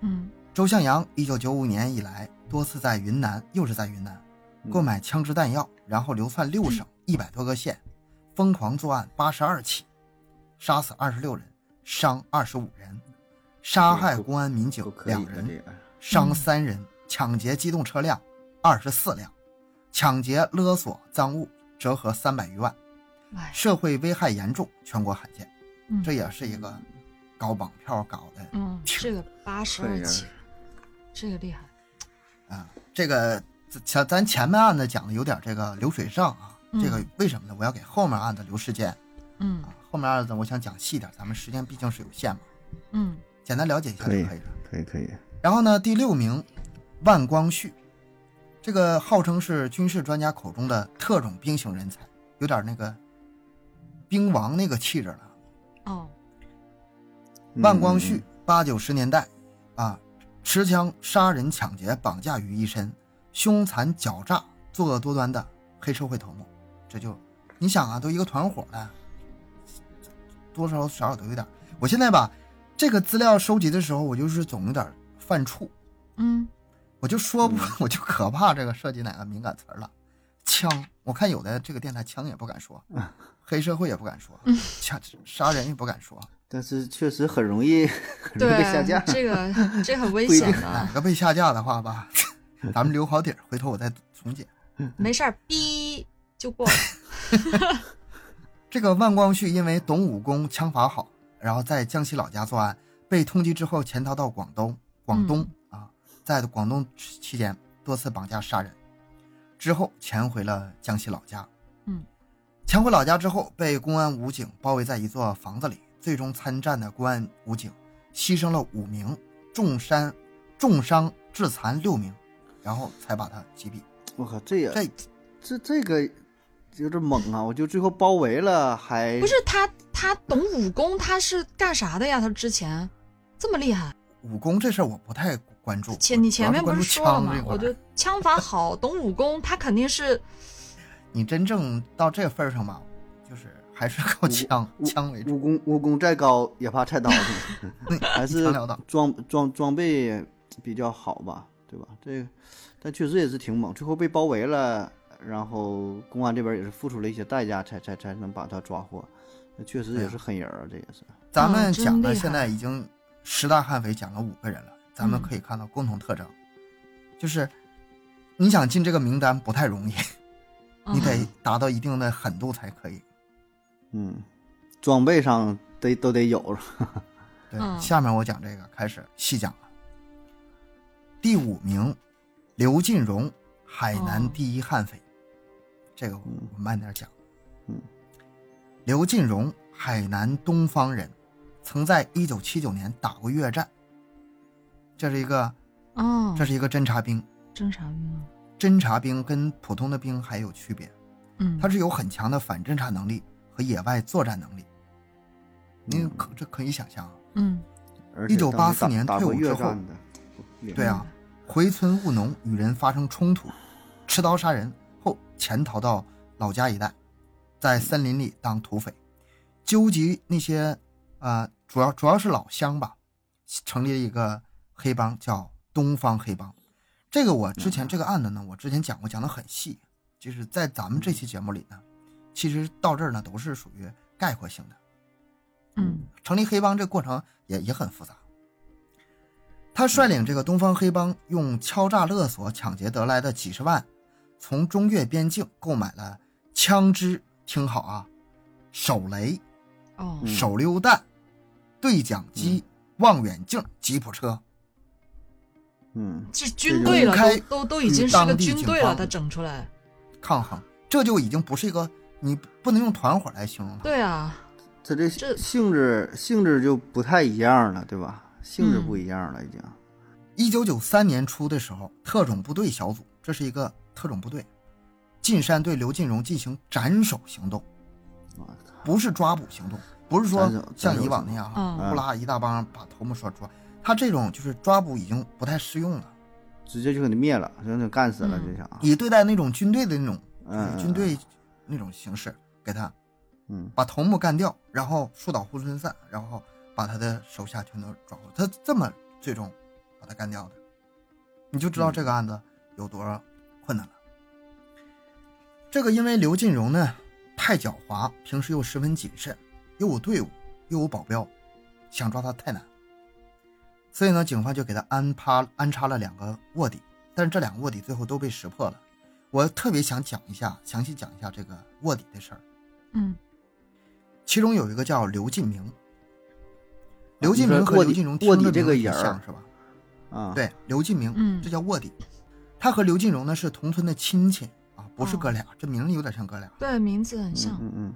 S2: 嗯
S1: 周向阳一九九五年以来多次在云南，又是在云南
S3: 嗯
S1: 购买枪支弹药，然后流窜六省一百多个县，疯狂作案八十二起，杀死二十六人，伤二十五人，杀害
S3: 这个
S1: 公安民警
S3: 都可以
S1: 两
S3: 的
S1: 人
S3: 这，个，嗯
S1: 伤三人，抢劫机动车辆二十四辆，抢劫勒索赃物折合三百余万，
S2: 哎，
S1: 社会危害严重，全国罕见。
S2: 嗯
S1: 这也是一个搞绑票搞的
S2: 嗯，这个八十
S3: 这
S2: 二
S3: 人
S2: 起，这个厉害，
S1: 啊。这个咱咱前面案子讲的有点这个流水账啊，
S2: 嗯
S1: 这个为什么呢？我要给后面案子留时间
S2: 嗯
S1: 啊，后面案子我想讲细点，咱们时间毕竟是有限嘛，
S2: 嗯
S1: 简单了解一下就
S3: 可以
S1: 可以了。
S3: 可以可以，
S1: 然后呢，第六名，万光旭，这个号称是军事专家口中的特种兵型人才，有点那个兵王那个气质了。
S2: 哦，
S1: 万光
S3: 嗯
S1: 旭，八九十年代，啊，持枪杀人、抢劫、绑架于一身，凶残狡诈、作恶多端的黑社会头目。这就，你想啊，都一个团伙了，多少少少都有点儿。我现在吧，这个资料收集的时候，我就是总有点儿犯怵，
S2: 嗯
S1: 我就说
S3: 嗯
S1: 不， 我就可怕这个涉及哪个敏感词儿了。枪，我看有的这个电台枪也不敢说，
S3: 嗯
S1: 黑社会也不敢说，枪杀人也不敢说，
S3: 但是确实很容易很容易被下架
S2: 对，，这 个这很危
S3: 不一
S2: 险啊
S3: 定
S1: 哪
S2: 的，
S1: 个被下架的话吧， 咱们留好底儿，回头我再重剪。
S2: 没事儿，逼就过 了。
S1: 这个万光旭因为懂武功、枪法好，然后在江西老家作案，被通缉之后潜逃到广东。广东、啊，在广东期间多次绑架杀人，之后潜回了江西老家。
S2: 嗯，
S1: 潜回老家之后，被公安武警包围在一座房子里，最终参战的公安武警牺牲了五名，重伤重伤致残六名，然后才把他击毙。
S3: 我靠，这也
S1: 这
S3: 这这个有点猛啊！我就最后包围了，还
S2: 不是他，他懂武功，他是干啥的呀？他之前这么厉害，
S1: 武功这事儿我不太关注。
S2: 前你前面不
S1: 我
S2: 是
S1: 主
S2: 说
S1: 要
S2: 了
S1: 关注
S2: 吗
S1: 枪这？块儿
S2: 我 觉得枪法好，懂武功，他肯定是
S1: 你真正到这份儿上吧，就是还是靠枪
S3: 武
S1: 枪为主。
S3: 武功武功再高也怕菜刀子， 还是
S1: 强聊到
S3: 装装装备比较好吧，对吧？这个，但确实也是挺猛，最后被包围了，然后公安这边也是付出了一些代价才，才才能把他抓获，那确
S1: 哎
S3: 实也是狠人儿，啊这也是。
S1: 咱们
S2: 嗯真
S1: 讲
S2: 厉
S1: 的
S2: 害
S1: 现在已经十大悍匪讲了五个人了，咱们
S2: 嗯
S1: 可以看到共同特征，就是你想进这个名单不太容易，
S2: 嗯
S1: 你得达到一定的狠度才可以。
S3: 嗯，装备上得都得有，
S1: 对，
S2: 嗯
S1: 下面我讲这个开始细讲了。第五名，刘进荣，海南
S2: 哦
S1: 第一悍匪，这个我
S3: 嗯
S1: 我慢点讲。
S3: 嗯，
S1: 刘进荣，海南东方人，曾在1979年打过越战。这是一个，
S2: 哦
S1: 这，是一个侦察兵，
S2: 正常运用，
S1: 侦察兵跟普通的兵还有区别，
S2: 嗯，
S1: 他是有很强的反侦察能力和野外作战能力。您可这可以想象啊，
S2: 嗯
S3: 而且
S1: 1984
S3: 当时打
S1: 年
S3: 打
S1: 退伍
S3: 过越
S1: 之后
S3: 战的，厉害
S1: 对啊，回村务农，与人发生冲突，持刀杀人后潜逃到老家一带，在森林里当土匪，纠集那些呃，主要主要是老乡吧，成立了一个黑帮叫东方黑帮。这个我之前这个案子呢，我之前讲过，讲的很细，就是在咱们这期节目里呢，其实到这儿呢都是属于概括性的。
S2: 嗯
S1: 成立黑帮这个过程也也很复杂。他率领这个东方黑帮用敲诈勒索抢劫得来的几十万，从中越边境购买了枪支，听好啊，手雷、
S2: 哦，
S3: 嗯
S1: 手榴弹、对讲机、望远镜、吉普车，
S3: 嗯，
S2: 这军队了，
S1: 这个
S2: 都
S1: 开
S2: 都都已经是个军队
S1: 与当地警方
S2: 了，他整出来，
S1: 抗衡，这就已经不是一个你不能用团伙来形容它。
S2: 对啊，
S3: 他这
S2: 这
S3: 性质性质就不太一样了，对吧？性质
S2: 嗯
S3: 不一样了，已经。
S1: 一九九三年初的时候，特种部队小组，这是一个特种部队，进山对刘进荣进行斩首行动。
S3: 我操
S1: 不是抓捕行动，不是说
S3: 咱就
S1: 像以往那样
S2: 咱就
S1: 啊，呼啦一大帮把头目说抓，他这种就是抓捕已经不太适用了。
S3: 直接就给你灭了，就给干死了，啊
S2: 嗯
S3: 就想，
S1: 以对待那种军队的那种，就是
S3: 嗯，
S1: 军队那种形式，给他
S3: 嗯，
S1: 把头目干掉，然后树倒猢狲散，然后把他的手下全都抓获，他这么最终把他干掉的，你就知道这个案子有多困难了。这个因为刘进荣呢太狡猾，平时又十分谨慎，又有队伍，又有保镖，想抓他太难。所以呢，警方就给他安趴安插了两个卧底，但是这两个卧底最后都被识破了。我特别想讲一下，详细讲一下这个卧底的事儿。
S2: 嗯，
S1: 其中有一个叫刘进明，刘进
S3: 啊你说
S1: 明和
S3: 卧底
S1: 刘进荣
S3: 卧
S1: 听
S3: 底
S1: 着
S3: 这
S1: 名
S3: 个
S1: 字挺
S3: 人儿
S1: 像是吧？
S3: 啊，
S1: 对，刘进明，
S2: 嗯
S1: 这叫卧底。他和刘进荣呢是同村的亲戚啊，不是
S2: 哦
S1: 哥俩，这名字有点像哥俩，
S2: 对，名字很像。
S3: 嗯嗯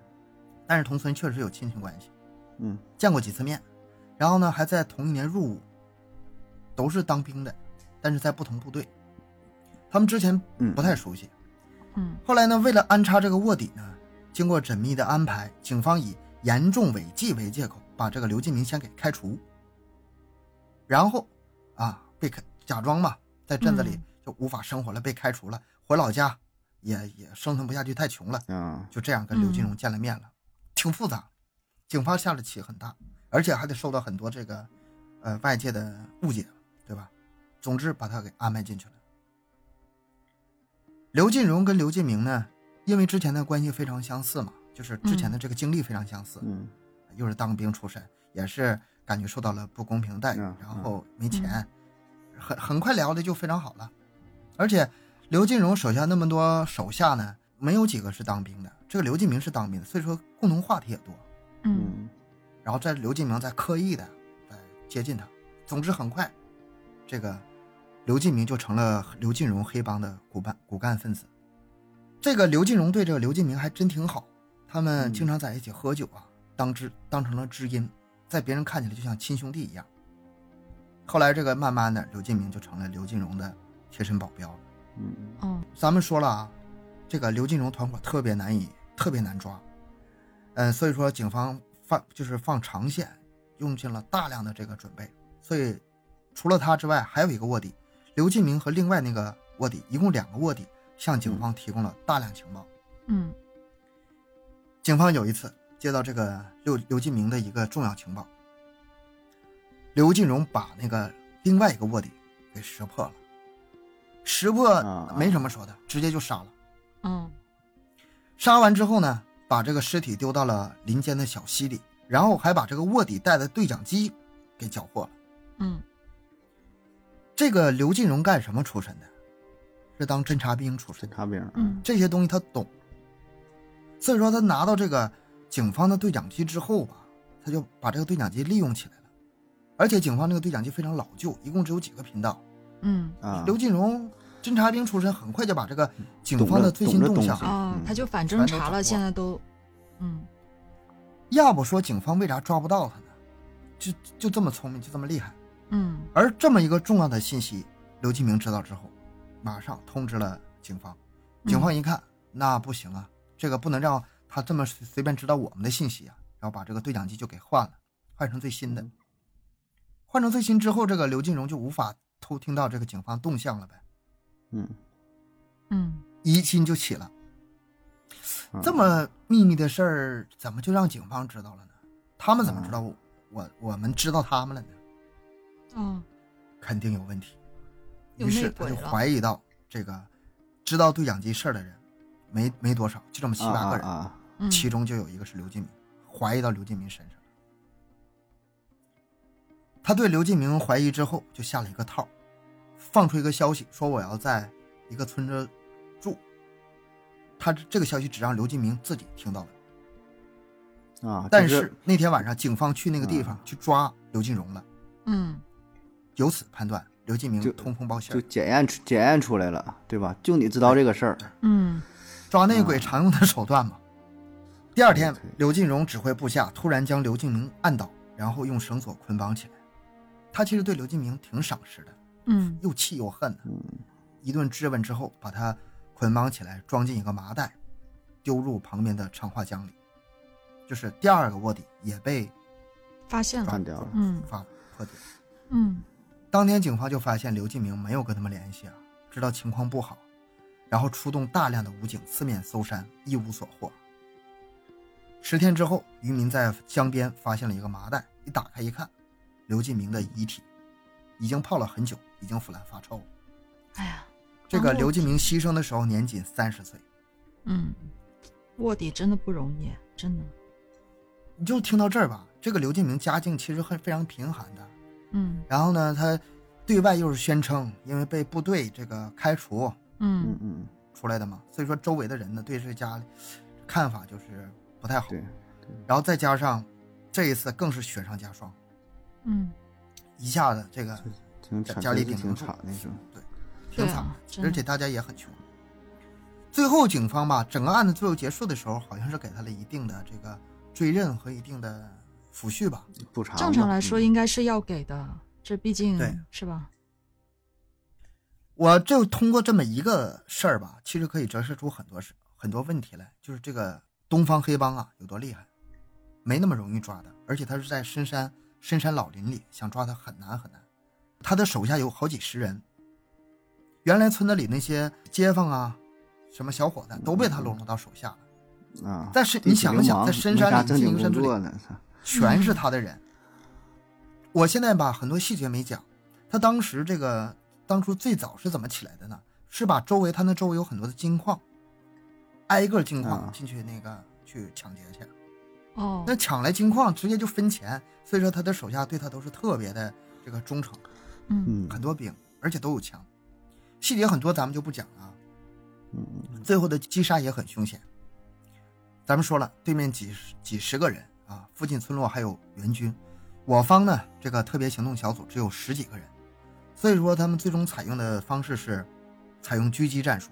S1: 但是同村确实有亲戚关系，
S3: 嗯嗯，
S1: 见过几次面，然后呢还在同一年入伍，都是当兵的，但是在不同部队，他们之前
S3: 嗯
S1: 不太熟悉。
S2: 嗯
S1: 后来呢，为了安插这个卧底呢，经过缜密的安排，警方以严重违纪为借口，把这个刘进明先给开除，然后啊被开假装嘛，在镇子里
S2: 嗯
S1: 就无法生活了，被开除了，回老家也也生存不下去，太穷了，
S3: 啊，
S1: 就这样跟刘金
S2: 嗯
S1: 荣见了面了，挺复杂，警方下的棋很大，而且还得受到很多这个呃外界的误解，对吧？总之把他给安排进去了。刘进荣跟刘进明呢，因为之前的关系非常相似嘛，就是之
S2: 嗯
S1: 前的这个经历非常相似，
S3: 嗯
S1: 又是当兵出身，也是感觉受到了不公平待遇，
S3: 嗯
S1: 然后没钱，很很快聊的就非常好了。而且刘金荣手下那么多手下呢，没有几个是当兵的，这个刘进明是当兵的，所以说共同话题也多。
S2: 嗯
S3: 嗯
S1: 然后在刘进明在刻意的在接近他，总之很快，这个刘进明就成了刘进荣黑帮的骨干骨干分子。这个刘进荣对这个刘进明还真挺好，他们
S3: 嗯
S1: 经常在一起喝酒啊，当知当成了知音，在别人看起来就像亲兄弟一样。后来这个慢慢的，刘进明就成了刘进荣的贴身保镖了。
S3: 嗯
S2: 哦
S1: 咱们说了啊，这个刘金荣团伙特别难以，特别难抓，呃，所以说警方放就是放长线，用尽了大量的这个准备。所以除了他之外，还有一个卧底刘进明和另外那个卧底，一共两个卧底向警方提供了大量情报。
S2: 嗯
S1: 警方有一次接到这个刘刘进明的一个重要情报，刘进荣把那个另外一个卧底给识破了，识破
S3: 啊
S1: 没什么说的，直接就杀了。
S2: 嗯
S1: 杀完之后呢，把这个尸体丢到了林间的小溪里，然后还把这个卧底带的对讲机给缴获了。
S2: 嗯
S1: 这个刘进荣干什么出身的？是当侦察兵出身
S3: 侦
S1: 的，
S3: 察兵，
S2: 嗯
S1: 这些东西他懂。所以说他拿到这个警方的对讲机之后吧，他就把这个对讲机利用起来了。而且警方这个对讲机非常老旧，一共只有几个频道。
S2: 嗯
S3: 啊，
S1: 刘进荣侦察兵出身，很快就把这个警
S3: 懂
S1: 方的
S3: 了
S1: 最
S3: 嗯懂
S1: 新
S3: 了
S1: 动
S3: 东
S1: 向
S3: 西
S2: 哦
S3: 嗯，
S2: 他就反
S1: 全
S2: 侦
S1: 都掌
S2: 查
S1: 握
S2: 了，现在都嗯
S1: 要不说警方为啥抓不到他呢？就就这么聪明，就这么厉害。
S2: 嗯
S1: 而这么一个重要的信息，刘金明知道之后，马上通知了警方。警方一看，那不行啊，这个不能让他这么随随便知道我们的信息啊，然后把这个对讲机就给换了，换成最新的
S3: 嗯。
S1: 换成最新之后，这个刘金荣就无法偷听到这个警方动向了呗，
S3: 嗯，
S2: 嗯
S1: 疑心就起了。
S3: 啊
S1: 这么秘密的事儿，怎么就让警方知道了呢？他们怎么知道我我我们知道他们了呢？
S2: 哦
S1: 肯定有问题。
S2: 有
S1: 于是
S2: 内
S1: 他
S2: 鬼
S1: 就
S2: 了
S1: 怀疑到这个知道对讲机事儿的人没没多少，就这么七
S3: 啊
S1: 八个
S3: 啊
S1: 人，
S3: 啊，
S2: 嗯
S1: 其中就有一个是刘进明，怀疑到刘进明身上了。他对刘进明怀疑之后，就下了一个套，放出一个消息说我要在一个村子住。他这个消息只让刘进明自己听到了，
S3: 啊，
S1: 但
S3: 就是啊
S1: 那天晚上警方去那个地方去抓刘进荣了，
S2: 嗯
S1: 由此判断刘进明
S3: 就
S1: 通风报信儿
S3: 就。检验出检验出来了，对吧？就你知道这个事儿，
S2: 嗯
S1: 抓内鬼常用的手段嘛。第二天
S3: 对，
S1: 刘进荣指挥部下突然将刘进明按倒，然后用绳索捆绑起来。他其实对刘进明挺赏识的，
S2: 嗯
S1: 又气又恨的。
S3: 嗯
S1: 一顿质问之后，把他捆绑起来，装进一个麻袋，丢入旁边的长花江里。就是第二个卧底也被
S2: 发现了
S1: 抓
S3: 干掉了
S2: 嗯
S1: 发破解。
S2: 嗯
S1: 当天警方就发现刘进明没有跟他们联系啊，知道情况不好，然后出动大量的武警四面搜山，一无所获。十天之后，渔民在江边发现了一个麻袋，一打开一看，刘进明的遗体已经泡了很久，已经腐烂发臭了。
S2: 哎呀
S1: 这个
S2: 然后
S1: 刘进明牺牲的时候年仅三十岁，
S2: 嗯卧底真的不容易真的
S1: 你就听到这儿吧，这个刘敬明家境其实很非常贫寒的，
S2: 嗯
S1: 然后呢，他对外又是宣称因为被部队这个开除
S3: 嗯
S2: 嗯
S3: 嗯，
S1: 出来的嘛，所以说周围的人呢对这家看法就是不太好。
S3: 对，
S1: 然后再加上这一次更是雪上加霜，
S2: 嗯，
S1: 一下子这个
S3: 挺
S1: 家
S3: 惨，
S1: 家里
S3: 真是
S1: 挺
S3: 挺惨那种。
S1: 挺
S2: 对
S1: 惨
S2: 啊
S1: 的，
S2: 真
S1: 而
S2: 的
S1: 且大家也很穷。最后警方吧，整个案子最后结束的时候，好像是给他了一定的这个追认和一定的抚恤吧。
S3: 补偿吧。
S2: 正常来说
S3: 嗯
S2: 应该是要给的，这毕竟
S1: 对
S2: 是吧？
S1: 我就通过这么一个事儿吧，其实可以折射出很多事、很多问题来，就是这个东方黑帮啊有多厉害，没那么容易抓的，而且他是在深山深山老林里，想抓他很难很难。他的手下有好几十人，原来村子里那些街坊啊，什么小伙子都被他笼络到手下了。
S3: 啊，
S1: 但是
S3: 地
S1: 你
S3: 痞
S1: 想
S3: 流
S1: 想，
S3: 氓
S1: 在深
S3: 没啥
S1: 山里
S3: 正
S1: 经
S3: 经
S1: 营
S3: 工
S1: 深处里
S3: 作呢，操
S1: 全是他的人。我现在吧，很多细节没讲，他当时这个当初最早是怎么起来的呢？是把周围他那周围有很多的金矿，挨个金矿
S3: 啊
S1: 进去那个去抢劫去，
S2: 哦，
S1: 那抢来金矿直接就分钱，所以说他的手下对他都是特别的这个忠诚，
S2: 嗯
S3: 嗯
S1: 很多兵，而且都有枪，细节很多咱们就不讲了啊。
S3: 嗯
S1: 最后的击杀也很凶险。咱们说了，对面几十几十个人啊，附近村落还有援军，我方呢这个特别行动小组只有十几个人，所以说他们最终采用的方式是采用狙击战术。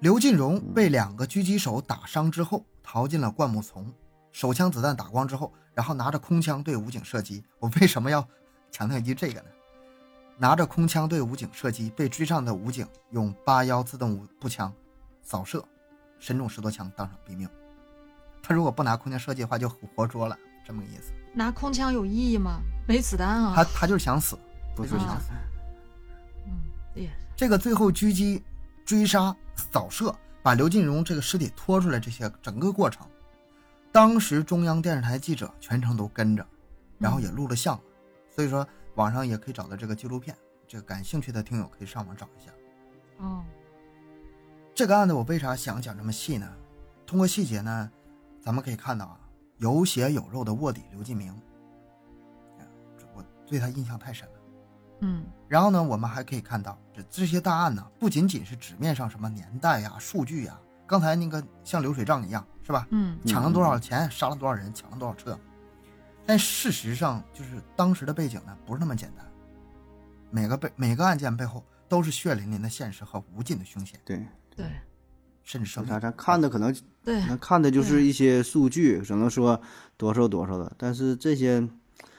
S1: 刘进荣
S3: 嗯
S1: 被两个狙击手打伤之后，逃进了灌木丛，手枪子弹打光之后，然后拿着空枪对武警射击。我为什么要强调一句这个呢？拿着空枪对武警射击，被追上的武警用八幺自动步步枪扫射，身中十多枪，当场毙命。他如果不拿空枪射击的话，就活捉了，这么个意思。
S2: 拿空枪有意义吗？没子弹啊
S1: 他，他就是想死，不就是想
S3: 啊
S1: 死。
S2: 嗯，也
S1: 这个最后狙击、追杀、扫射，把刘进荣这个尸体拖出来，这些整个过程，当时中央电视台记者全程都跟着，然后也录了像，所以说网上也可以找到这个纪录片。这个感兴趣的听友可以上网找一下。
S2: 哦，
S1: 这个案子我为啥想讲这么细呢？通过细节呢，咱们可以看到啊，有血有肉的卧底刘进明，啊这我对他印象太深了。
S2: 嗯
S1: 然后呢，我们还可以看到这这些大案呢，不仅仅是纸面上什么年代呀、数据呀，刚才那个像流水账一样，是吧？
S2: 嗯
S1: 抢了多少钱，杀了多少人，抢了多少车。但事实上，就是当时的背景呢，不是那么简单。每个被每个案件背后都是血淋淋的现实和无尽的凶险，
S3: 对，
S2: 对
S1: 甚至
S3: 就
S1: 生命
S3: 啥。咱看的 可能
S2: 对，
S3: 那看的就是一些数据，只能说多少多少的，但是这些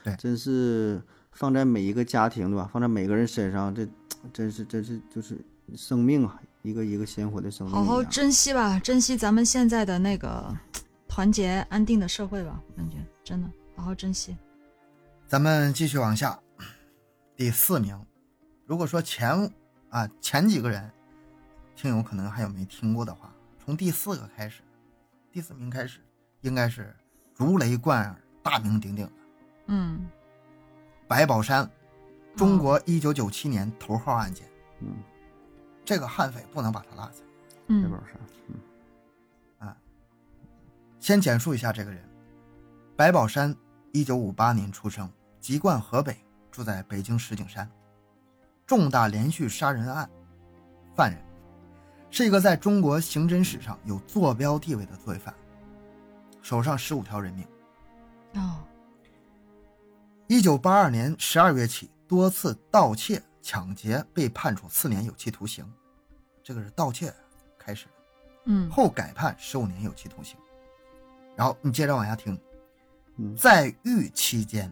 S1: 对
S3: 真是放在每一个家庭对吧？放在每个人身上，这真是真是就是生命啊，一个一个鲜活的生命一
S2: 好
S3: 样。
S2: 好珍惜吧，珍惜咱们现在的那个团结安定的社会吧，感觉真的好好珍惜。
S1: 咱们继续往下，第四名。如果说前啊前几个人听友可能还有没听过的话，从第四个开始，第四名开始应该是如雷贯耳、大名鼎鼎的
S2: 嗯，
S1: 白宝山，中国一九九七年头号案件。
S3: 嗯，
S1: 这个悍匪不能把他落下。
S3: 这
S2: 嗯
S3: 本啥？
S1: 先简述一下这个人：白宝山，一九五八年出生，籍贯河北，住在北京石景山。重大连续杀人案犯人，是一个在中国刑侦史上有坐标地位的罪犯，手上十五条人命。
S2: 哦，
S1: 一九八二年十二月起，多次盗窃、抢劫被判处四年有期徒刑，这个是盗窃开始的。
S2: 嗯
S1: 后改判十五年有期徒刑。然后你接着往下听，
S3: 嗯
S1: 在狱期间，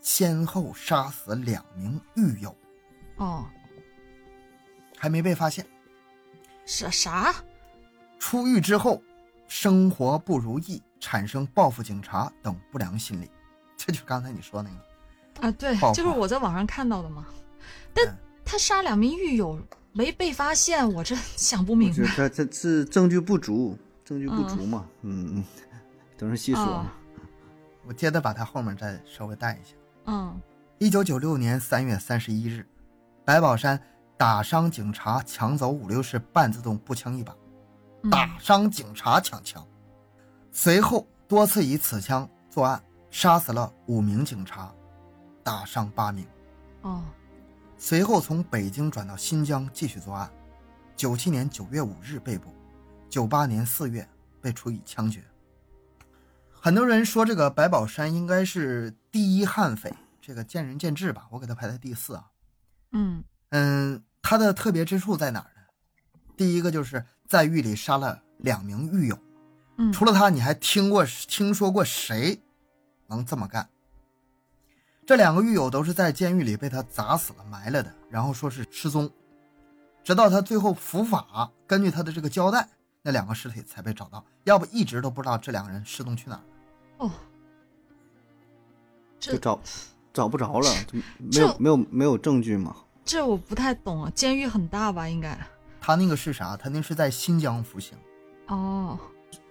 S1: 先后杀死两名狱友，
S2: 哦，
S1: 还没被发现。
S2: 啥啥？
S1: 出狱之后，生活不如意，产生报复警察等不良心理。 这就是刚才你说那个，
S2: 啊，对
S1: 爆，
S2: 就是
S1: 发
S2: 我在网上看到的嘛。但
S1: 嗯
S2: 他杀两名狱友没被发现，我这想不明
S3: 是
S2: 白。
S3: 他这是证据不足，证据不足嘛，嗯 嗯，等人细说
S2: 哦
S3: 嘛。
S1: 我接着把它后面再稍微带一下。
S2: 嗯
S1: 一九九六年三月三十一日，白宝山打伤警察，抢走五六式半自动步枪一把。
S2: 嗯，
S1: 打伤警察抢枪，随后多次以此枪作案，杀死了五名警察，打伤八名。
S2: 哦，
S1: 随后从北京转到新疆继续作案。九七年九月五日被捕，九八年四月被处以枪决。很多人说这个白宝山应该是第一悍匪，这个见仁见智吧，我给他排在第四啊。
S2: 嗯
S1: 嗯，他的特别之处在哪儿呢？第一个就是在狱里杀了两名狱友，
S2: 嗯，
S1: 除了他，你还听过听说过谁能这么干？这两个狱友都是在监狱里被他砸死了、埋了的，然后说是失踪，直到他最后伏法，根据他的这个交代，那两个尸体才被找到，要不一直都不知道这两个人失踪去哪儿了。
S2: 哦，
S3: 就
S2: 这
S3: 找找不着了，就没
S2: 这
S3: 有没有没有证据嘛？
S2: 这我不太懂啊，监狱很大吧？应该
S1: 他那个是啥？他那是在新疆服刑，
S2: 哦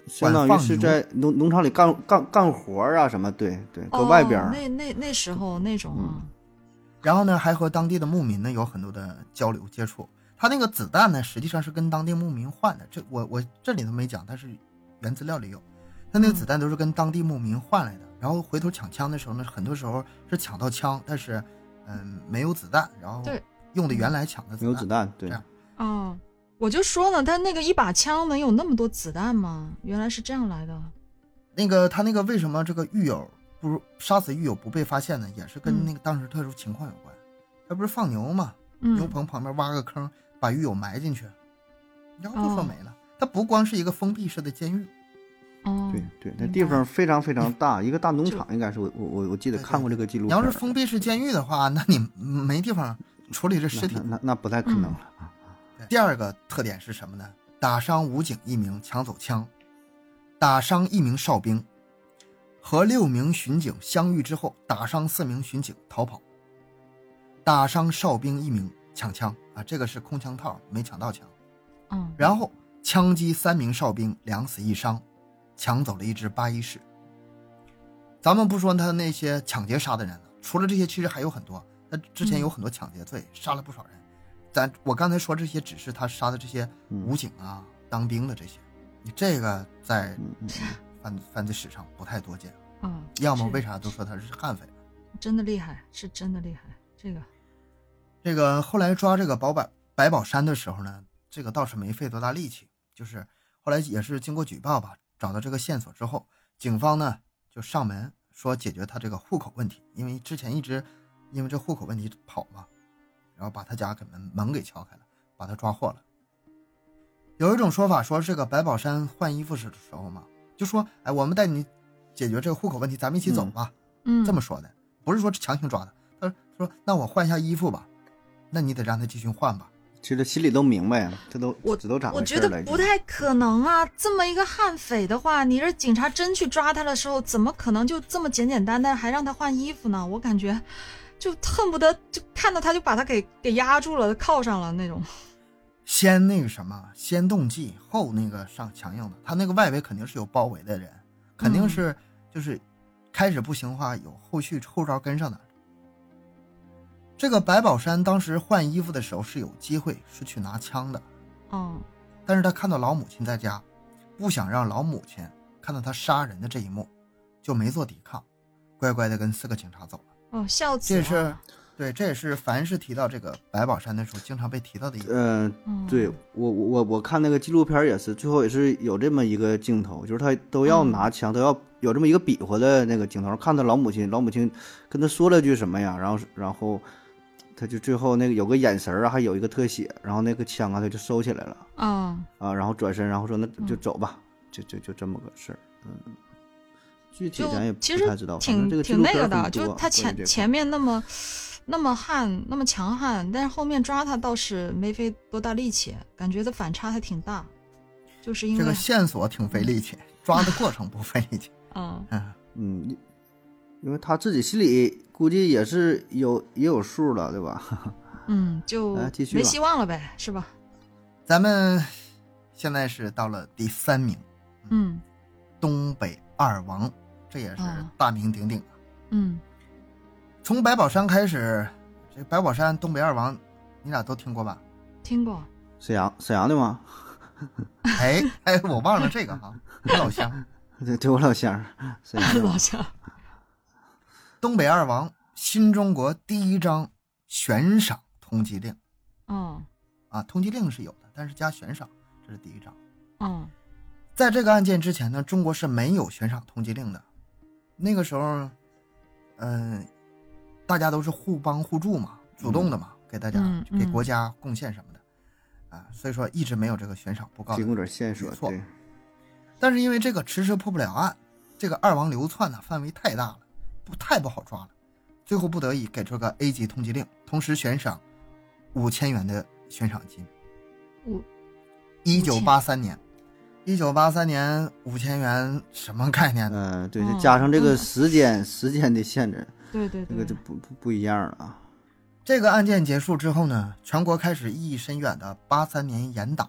S3: 相当于
S1: 放
S3: 是
S1: 牛
S3: 在农农场里干干干活儿啊什么？对对，搁
S2: 哦，
S3: 外边儿。嗯
S2: 那那那时候那种啊，
S1: 然后呢，还和当地的牧民呢有很多的交流接触。他那个子弹呢，实际上是跟当地牧民换的，这我我这里头没讲，但是原资料里有，他那个子弹都是跟当地牧民换来的。然后回头抢枪的时候呢，很多时候是抢到枪，但是嗯没有子弹，然后
S2: 对
S1: 用的原来抢的
S3: 没有子弹，对
S1: 这，样
S2: 哦，我就说呢，他那个一把枪能有那么多子弹吗？原来是这样来的。
S1: 那个他那个为什么这个狱友不杀死狱友不被发现呢？也是跟
S2: 嗯
S1: 那个当时特殊情况有关。他不是放牛吗？牛
S2: 嗯，
S1: 棚旁边挖个坑，把狱友埋进去，然后就说
S2: 哦
S1: 没了。它不光是一个封闭式的监狱，
S2: 哦，
S3: 对对，那
S2: 明
S3: 地
S2: 白
S3: 方非常非常大，一个大农
S2: 就
S3: 场应该是我我我我记得
S1: 对对
S3: 看过这个纪录
S1: 你
S3: 片儿。
S1: 要是封闭式监狱的话，那你没地方处理这尸体
S3: 那。那那不太可能
S2: 嗯
S3: 了啊！
S1: 对第二个特点是什么呢？打伤武警一名，抢走枪，打伤一名哨兵，和六名巡警相遇之后，打伤四名巡警逃跑，打伤哨兵一名，抢枪啊，这个是空枪套，没抢到枪。
S2: 嗯，
S1: 然后枪击三名哨兵，两死一伤，抢走了一支八一式。咱们不说他那些抢劫杀的人了，除了这些，其实还有很多。他之前有很多抢劫罪，杀了不少人。咱我刚才说这些，只是他杀的这些
S3: 嗯
S1: 武警啊、当兵的这些，你这个在
S3: 嗯嗯嗯
S1: 犯犯罪史上不太多见。
S2: 啊，
S1: 要么
S2: 是
S1: 为啥都说他是悍匪？
S2: 真的厉害，是真的厉害，这个
S1: 这个后来抓这个宝百百宝山的时候呢，这个倒是没费多大力气，就是后来也是经过举报吧，找到这个线索之后，警方呢就上门说解决他这个户口问题，因为之前一直因为这户口问题跑嘛，然后把他家给门门给撬开了，把他抓获了。有一种说法说，这个白宝山换衣服时的时候嘛，就说，哎，我们带你解决这个户口问题，咱们一起走
S3: 嗯
S1: 吧。
S2: 嗯，
S1: 这么说的，不是说强行抓的。他说他说那我换一下衣服吧，那你得让他继续换吧。
S3: 其实心里都明白了，这都
S2: 我
S3: 这都咋
S2: 我
S3: 回
S2: 觉
S3: 事儿
S2: 得
S3: 了已经？
S2: 不太可能啊！这么一个悍匪的话，你这警察真去抓他的时候，怎么可能就这么简简单单还让他换衣服呢？我感觉就恨不得就看到他就把他给给压住了，铐上了那种。
S1: 先那个什么，先动气，后那个上强硬的。他那个外围肯定是有包围的人，肯定是就是开始不行的话，有后续后招跟上的。这个白宝山当时换衣服的时候是有机会是去拿枪的，
S2: 嗯
S1: 但是他看到老母亲在家，不想让老母亲看到他杀人的这一幕，就没做抵抗，乖乖的跟四个警察走了。
S2: 哦，孝子、
S1: 这
S2: 啊。
S1: 也是，对，这也是凡是提到这个白宝山的时候，经常被提到的一个。
S3: 嗯，
S2: 嗯，
S3: 对我我我我看那个纪录片儿也是，最后也是有这么一个镜头，就是他都要
S2: 嗯
S3: 拿枪，都要有这么一个比划的那个镜头，看他老母亲，老母亲跟他说了句什么呀，然后然后他就最后那个有个眼神儿啊，还有一个特写，然后那个枪啊他就收起来了
S2: 嗯，
S3: 啊，然后转身，然后说那就
S2: 嗯
S3: 走吧，就就就这么个事儿，嗯。具体
S2: 就
S3: 咱也
S2: 其
S3: 不
S2: 实
S3: 太知道，反
S2: 挺
S3: 正这个纪
S2: 挺
S3: 录
S2: 那
S3: 片
S2: 个
S3: 儿
S2: 的，
S3: 很
S2: 就
S3: 多
S2: 是他
S3: 关
S2: 前
S3: 于这块儿
S2: 前面那么那么悍那么强悍，但是后面抓他倒是没费多大力气，感觉这反差还挺大，就是因
S1: 这
S2: 为
S1: 个线索挺费力气，抓的过程不费力气。
S2: 嗯
S1: 嗯，
S3: 嗯，因因为他自己心里估计也是有也有数了，对吧？
S2: 嗯就
S3: 来继续
S2: 没
S3: 吧
S2: 希望了呗，是吧？
S1: 咱们现在是到了第三名，
S2: 嗯
S1: 东北二王，这也是
S2: 哦
S1: 大名鼎鼎啊。
S2: 嗯
S1: 从白宝山开始，这白宝山、东北二王，你俩都听过吧？
S2: 听过
S3: 沈阳沈阳的吗？
S1: 哎哎，我忘了这个哈、我老乡。
S3: 对，对我老乡儿，谁知道
S2: 老乡，
S1: 东北二王新中国第一张悬赏通缉令
S2: 嗯
S1: 啊，通缉令是有的，但是加悬赏，这是第一张。
S2: 嗯
S1: 在这个案件之前呢，中国是没有悬赏通缉令的。那个时候，嗯、大家都是互帮互助嘛，主动的嘛，给大家、
S2: 嗯
S1: 给
S2: 嗯
S1: 国家贡献什么的，啊，所以说一直没有这个悬赏布告
S3: 提
S1: 的
S3: 供点线索
S1: 没，错
S3: 对，
S1: 但是因为这个迟迟破不了案，这个二王流窜呢范围太大了，不太不好抓了，最后不得已给出个 A 级通缉令，同时悬赏五千元的悬赏金。
S2: 五
S1: 一九八三年，一九八三年五千元什么概念呢？
S3: 嗯，对，再
S2: 哦
S3: 加上这个
S2: 嗯
S3: 时间时间的限制，
S2: 对对
S3: 这个就
S2: 对，
S3: 不不不一样了啊。
S1: 这个案件结束之后呢，全国开始意义深远的八三年严打。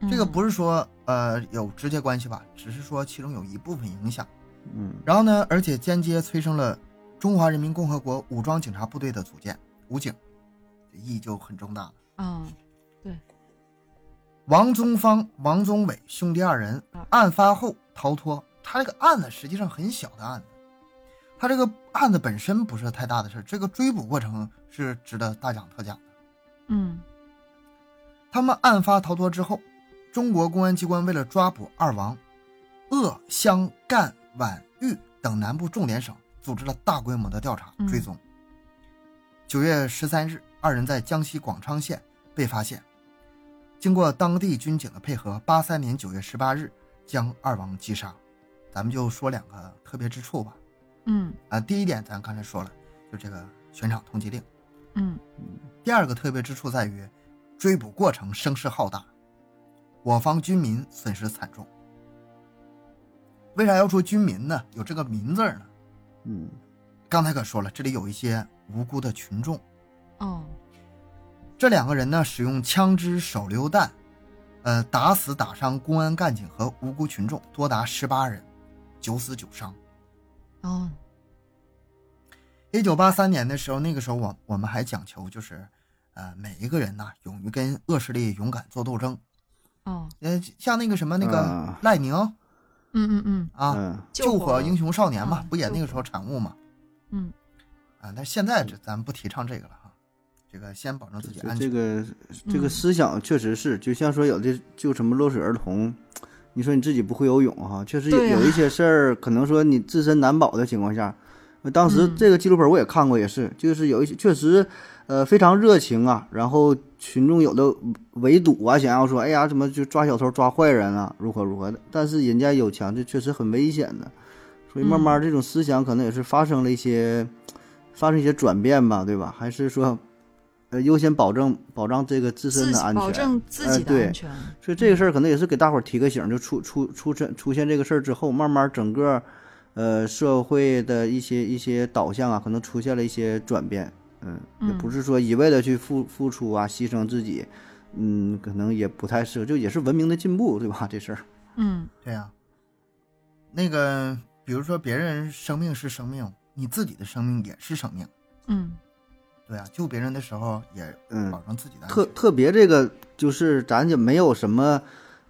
S2: 嗯
S1: 这个不是说呃有直接关系吧，只是说其中有一部分影响。
S3: 嗯
S1: 然后呢，而且间接催生了中华人民共和国武装警察部队的组建，武警，意义就很重大了。
S2: 嗯
S1: 王宗芳、王宗伟兄弟二人案发后逃脱，他这个案子实际上很小的案子，他这个案子本身不是太大的事儿，这个追捕过程是值得大讲特讲的。
S2: 嗯
S1: 他们案发逃脱之后，中国公安机关为了抓捕二王，鄂、湘、赣、皖、豫等南部重点省组织了大规模的调查
S2: 嗯
S1: 追踪。九、月十三日，二人在江西广昌县被发现。经过当地军警的配合，八三年九月十八日将二王击杀。咱们就说两个特别之处吧。
S2: 嗯
S1: 啊，第一点咱刚才说了，就这个悬赏通缉令。
S2: 嗯
S1: 第二个特别之处在于，追捕过程声势浩大，我方军民损失惨重。为啥要说军民呢？有这个“民”字儿呢？
S3: 嗯
S1: 刚才可说了，这里有一些无辜的群众。
S2: 哦
S1: 这两个人呢，使用枪支、手榴弹，呃，打死打伤公安干警和无辜群众多达十八人，九死九伤。
S2: 哦
S1: 一九八三年的时候，那个时候我我们还讲求就是，呃，每一个人呐，勇于跟恶势力勇敢做斗争，
S2: 哦
S1: 呃，像那个什么那个
S3: 啊
S1: 赖宁
S2: 嗯嗯嗯
S1: 啊，
S3: 嗯，
S1: 救火英雄少年嘛
S2: 嗯，
S1: 不也
S2: 救
S1: 那个
S2: 火
S1: 时候产物嘛？
S2: 嗯
S1: 啊，但是现在这咱不提倡这个了哈，这个先保证自己
S3: 这
S1: 安
S3: 这
S1: 全。
S3: 个这个
S2: 嗯
S3: 思想确实是，就像说有的就什么落水儿童，你说你自己不会游泳哈、确实有
S2: 对呀
S3: 有一些事儿，可能说你自身难保的情况下，呃当时
S2: 嗯
S3: 这个纪录片我也看过，也是，就是有一些确实，呃，非常热情啊，然后群众有的围堵啊，想要说，哎呀，怎么就抓小偷、抓坏人啊，如何如何的，但是人家有枪，这确实很危险的，所以
S2: 嗯
S3: 慢慢这种思想可能也是发生了一些，发生一些转变吧，对吧？还是说，呃，优先保证保障这个自身
S2: 自
S3: 的
S2: 己
S3: 安全，
S2: 保证自己
S3: 呃对
S2: 的安全，
S3: 所以这个事儿可能也是给大伙儿提个醒儿，就出出出这出现这个事儿之后，慢慢整个呃社会的一些一些导向啊，可能出现了一些转变。嗯，也
S2: 嗯
S3: 不是说一味的去付付出啊，牺牲自己，嗯，可能也不太适合，就也是文明的进步，对吧？这事儿，
S2: 嗯
S1: 对呀、那个比如说别人生命是生命，你自己的生命也是生命，
S2: 嗯
S1: 对啊，救别人的时候也
S3: 嗯
S1: 保证自己的安
S3: 特
S1: 全。
S3: 特别这个就是咱也没有什么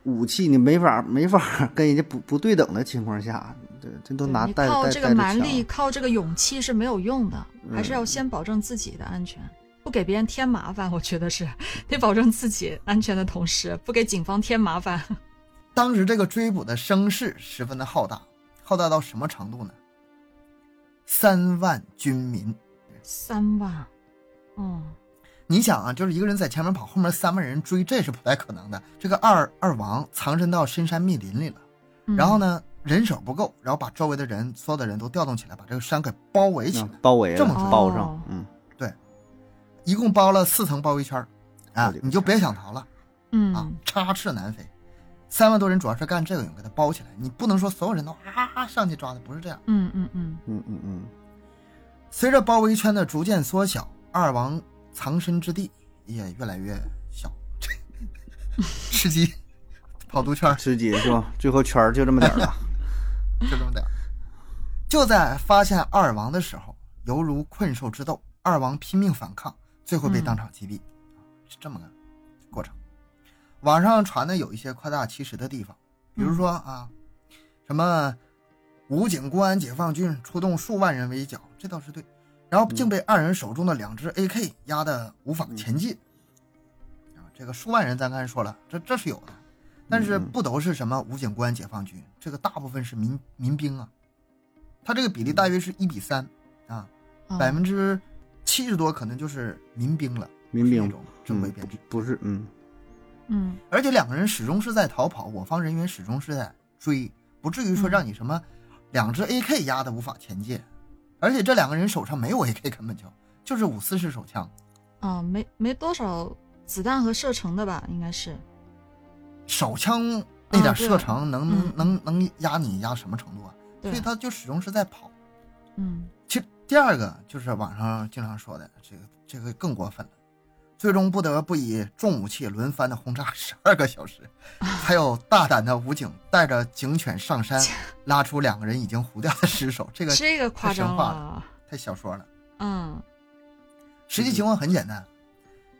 S3: 武器，你没法没法 跟人家不不对等的情况下，对，这都
S2: 对
S3: 拿
S2: 你
S3: 带
S2: 靠
S3: 带
S2: 这个
S3: 带着
S2: 蛮
S3: 枪
S2: 力，靠这个勇气是没有用的，还是要
S1: 嗯
S2: 先保证自己的安全，不给别人添麻烦。我觉得是得保证自己安全的同时，不给警方添麻烦。
S1: 当时这个追捕的声势十分的浩大，浩大到什么程度呢？三万军民
S2: 三万，嗯
S1: 你想啊，就是一个人在前面跑，后面三万人追，这是不太可能的。这个二二王藏身到深山密林里了，
S2: 嗯
S1: 然后呢，人手不够，然后把周围的人所有的人都调动起来，把这个山给包围起来，
S3: 嗯包围了，
S1: 这么
S2: 说
S3: 包
S2: 哦
S3: 上，嗯。
S1: 一共包了四层包围圈儿
S3: 我
S1: 啊
S3: 的个，
S1: 你就别想逃了
S2: 嗯、
S1: 啊，插翅难飞。三万多人主要是干这个用，给他包起来，你不能说所有人都啊上去抓他，不是这样。
S2: 嗯嗯嗯
S3: 嗯嗯嗯
S1: 随着包围圈的逐渐缩小，二王藏身之地也越来越小。 吃鸡，跑毒圈儿，
S3: 吃鸡是吧？最后圈儿就这么点 儿了。
S1: 就这么点儿。就在发现二王的时候，犹如困兽之斗，二王拼命反抗，最后被当场击毙，是这么个过程。网上传的有一些夸大其词的地方，比如说啊，什么武警、公安、解放军出动数万人围剿，这倒是对。然后
S3: 嗯
S1: 竟被二人手中的两支 AK 压得无法前进。啊，这个数万人，咱刚才说了，这这是有的，但
S3: 嗯
S1: 是不都是什么武警、公安、解放军，这个大部分是民民兵啊。他这个比例大
S3: 嗯
S1: 约是一比三啊，
S2: 嗯
S1: 百分之七十多可能就是民兵了，
S3: 民兵
S1: 是那种正规编制。
S3: 不是，嗯
S2: 嗯
S1: 而且两个人始终是在逃跑，我方人员始终是在追，不至于
S2: 嗯
S1: 说让你什么两支 AK 压的无法前进。而且这两个人手上没有 AK，根本就就是五四式手枪，
S2: 啊，没没多少子弹和射程的吧，应该是。
S1: 手枪那点
S2: 啊对
S1: 射程能、
S2: 嗯
S1: 能能能压你压什么程度啊？
S2: 对
S1: 所以，他就始终是在跑。
S2: 嗯
S1: 其实第二个就是网上经常说的，这个这个更过分了，最终不得不以重武器轮番的轰炸十二个小时，还有大胆的武警带着警犬上山，拉出两个人已经糊掉的尸首，这个
S2: 这个夸张了。
S1: 太小说了。
S2: 嗯
S1: 实际情况很简单，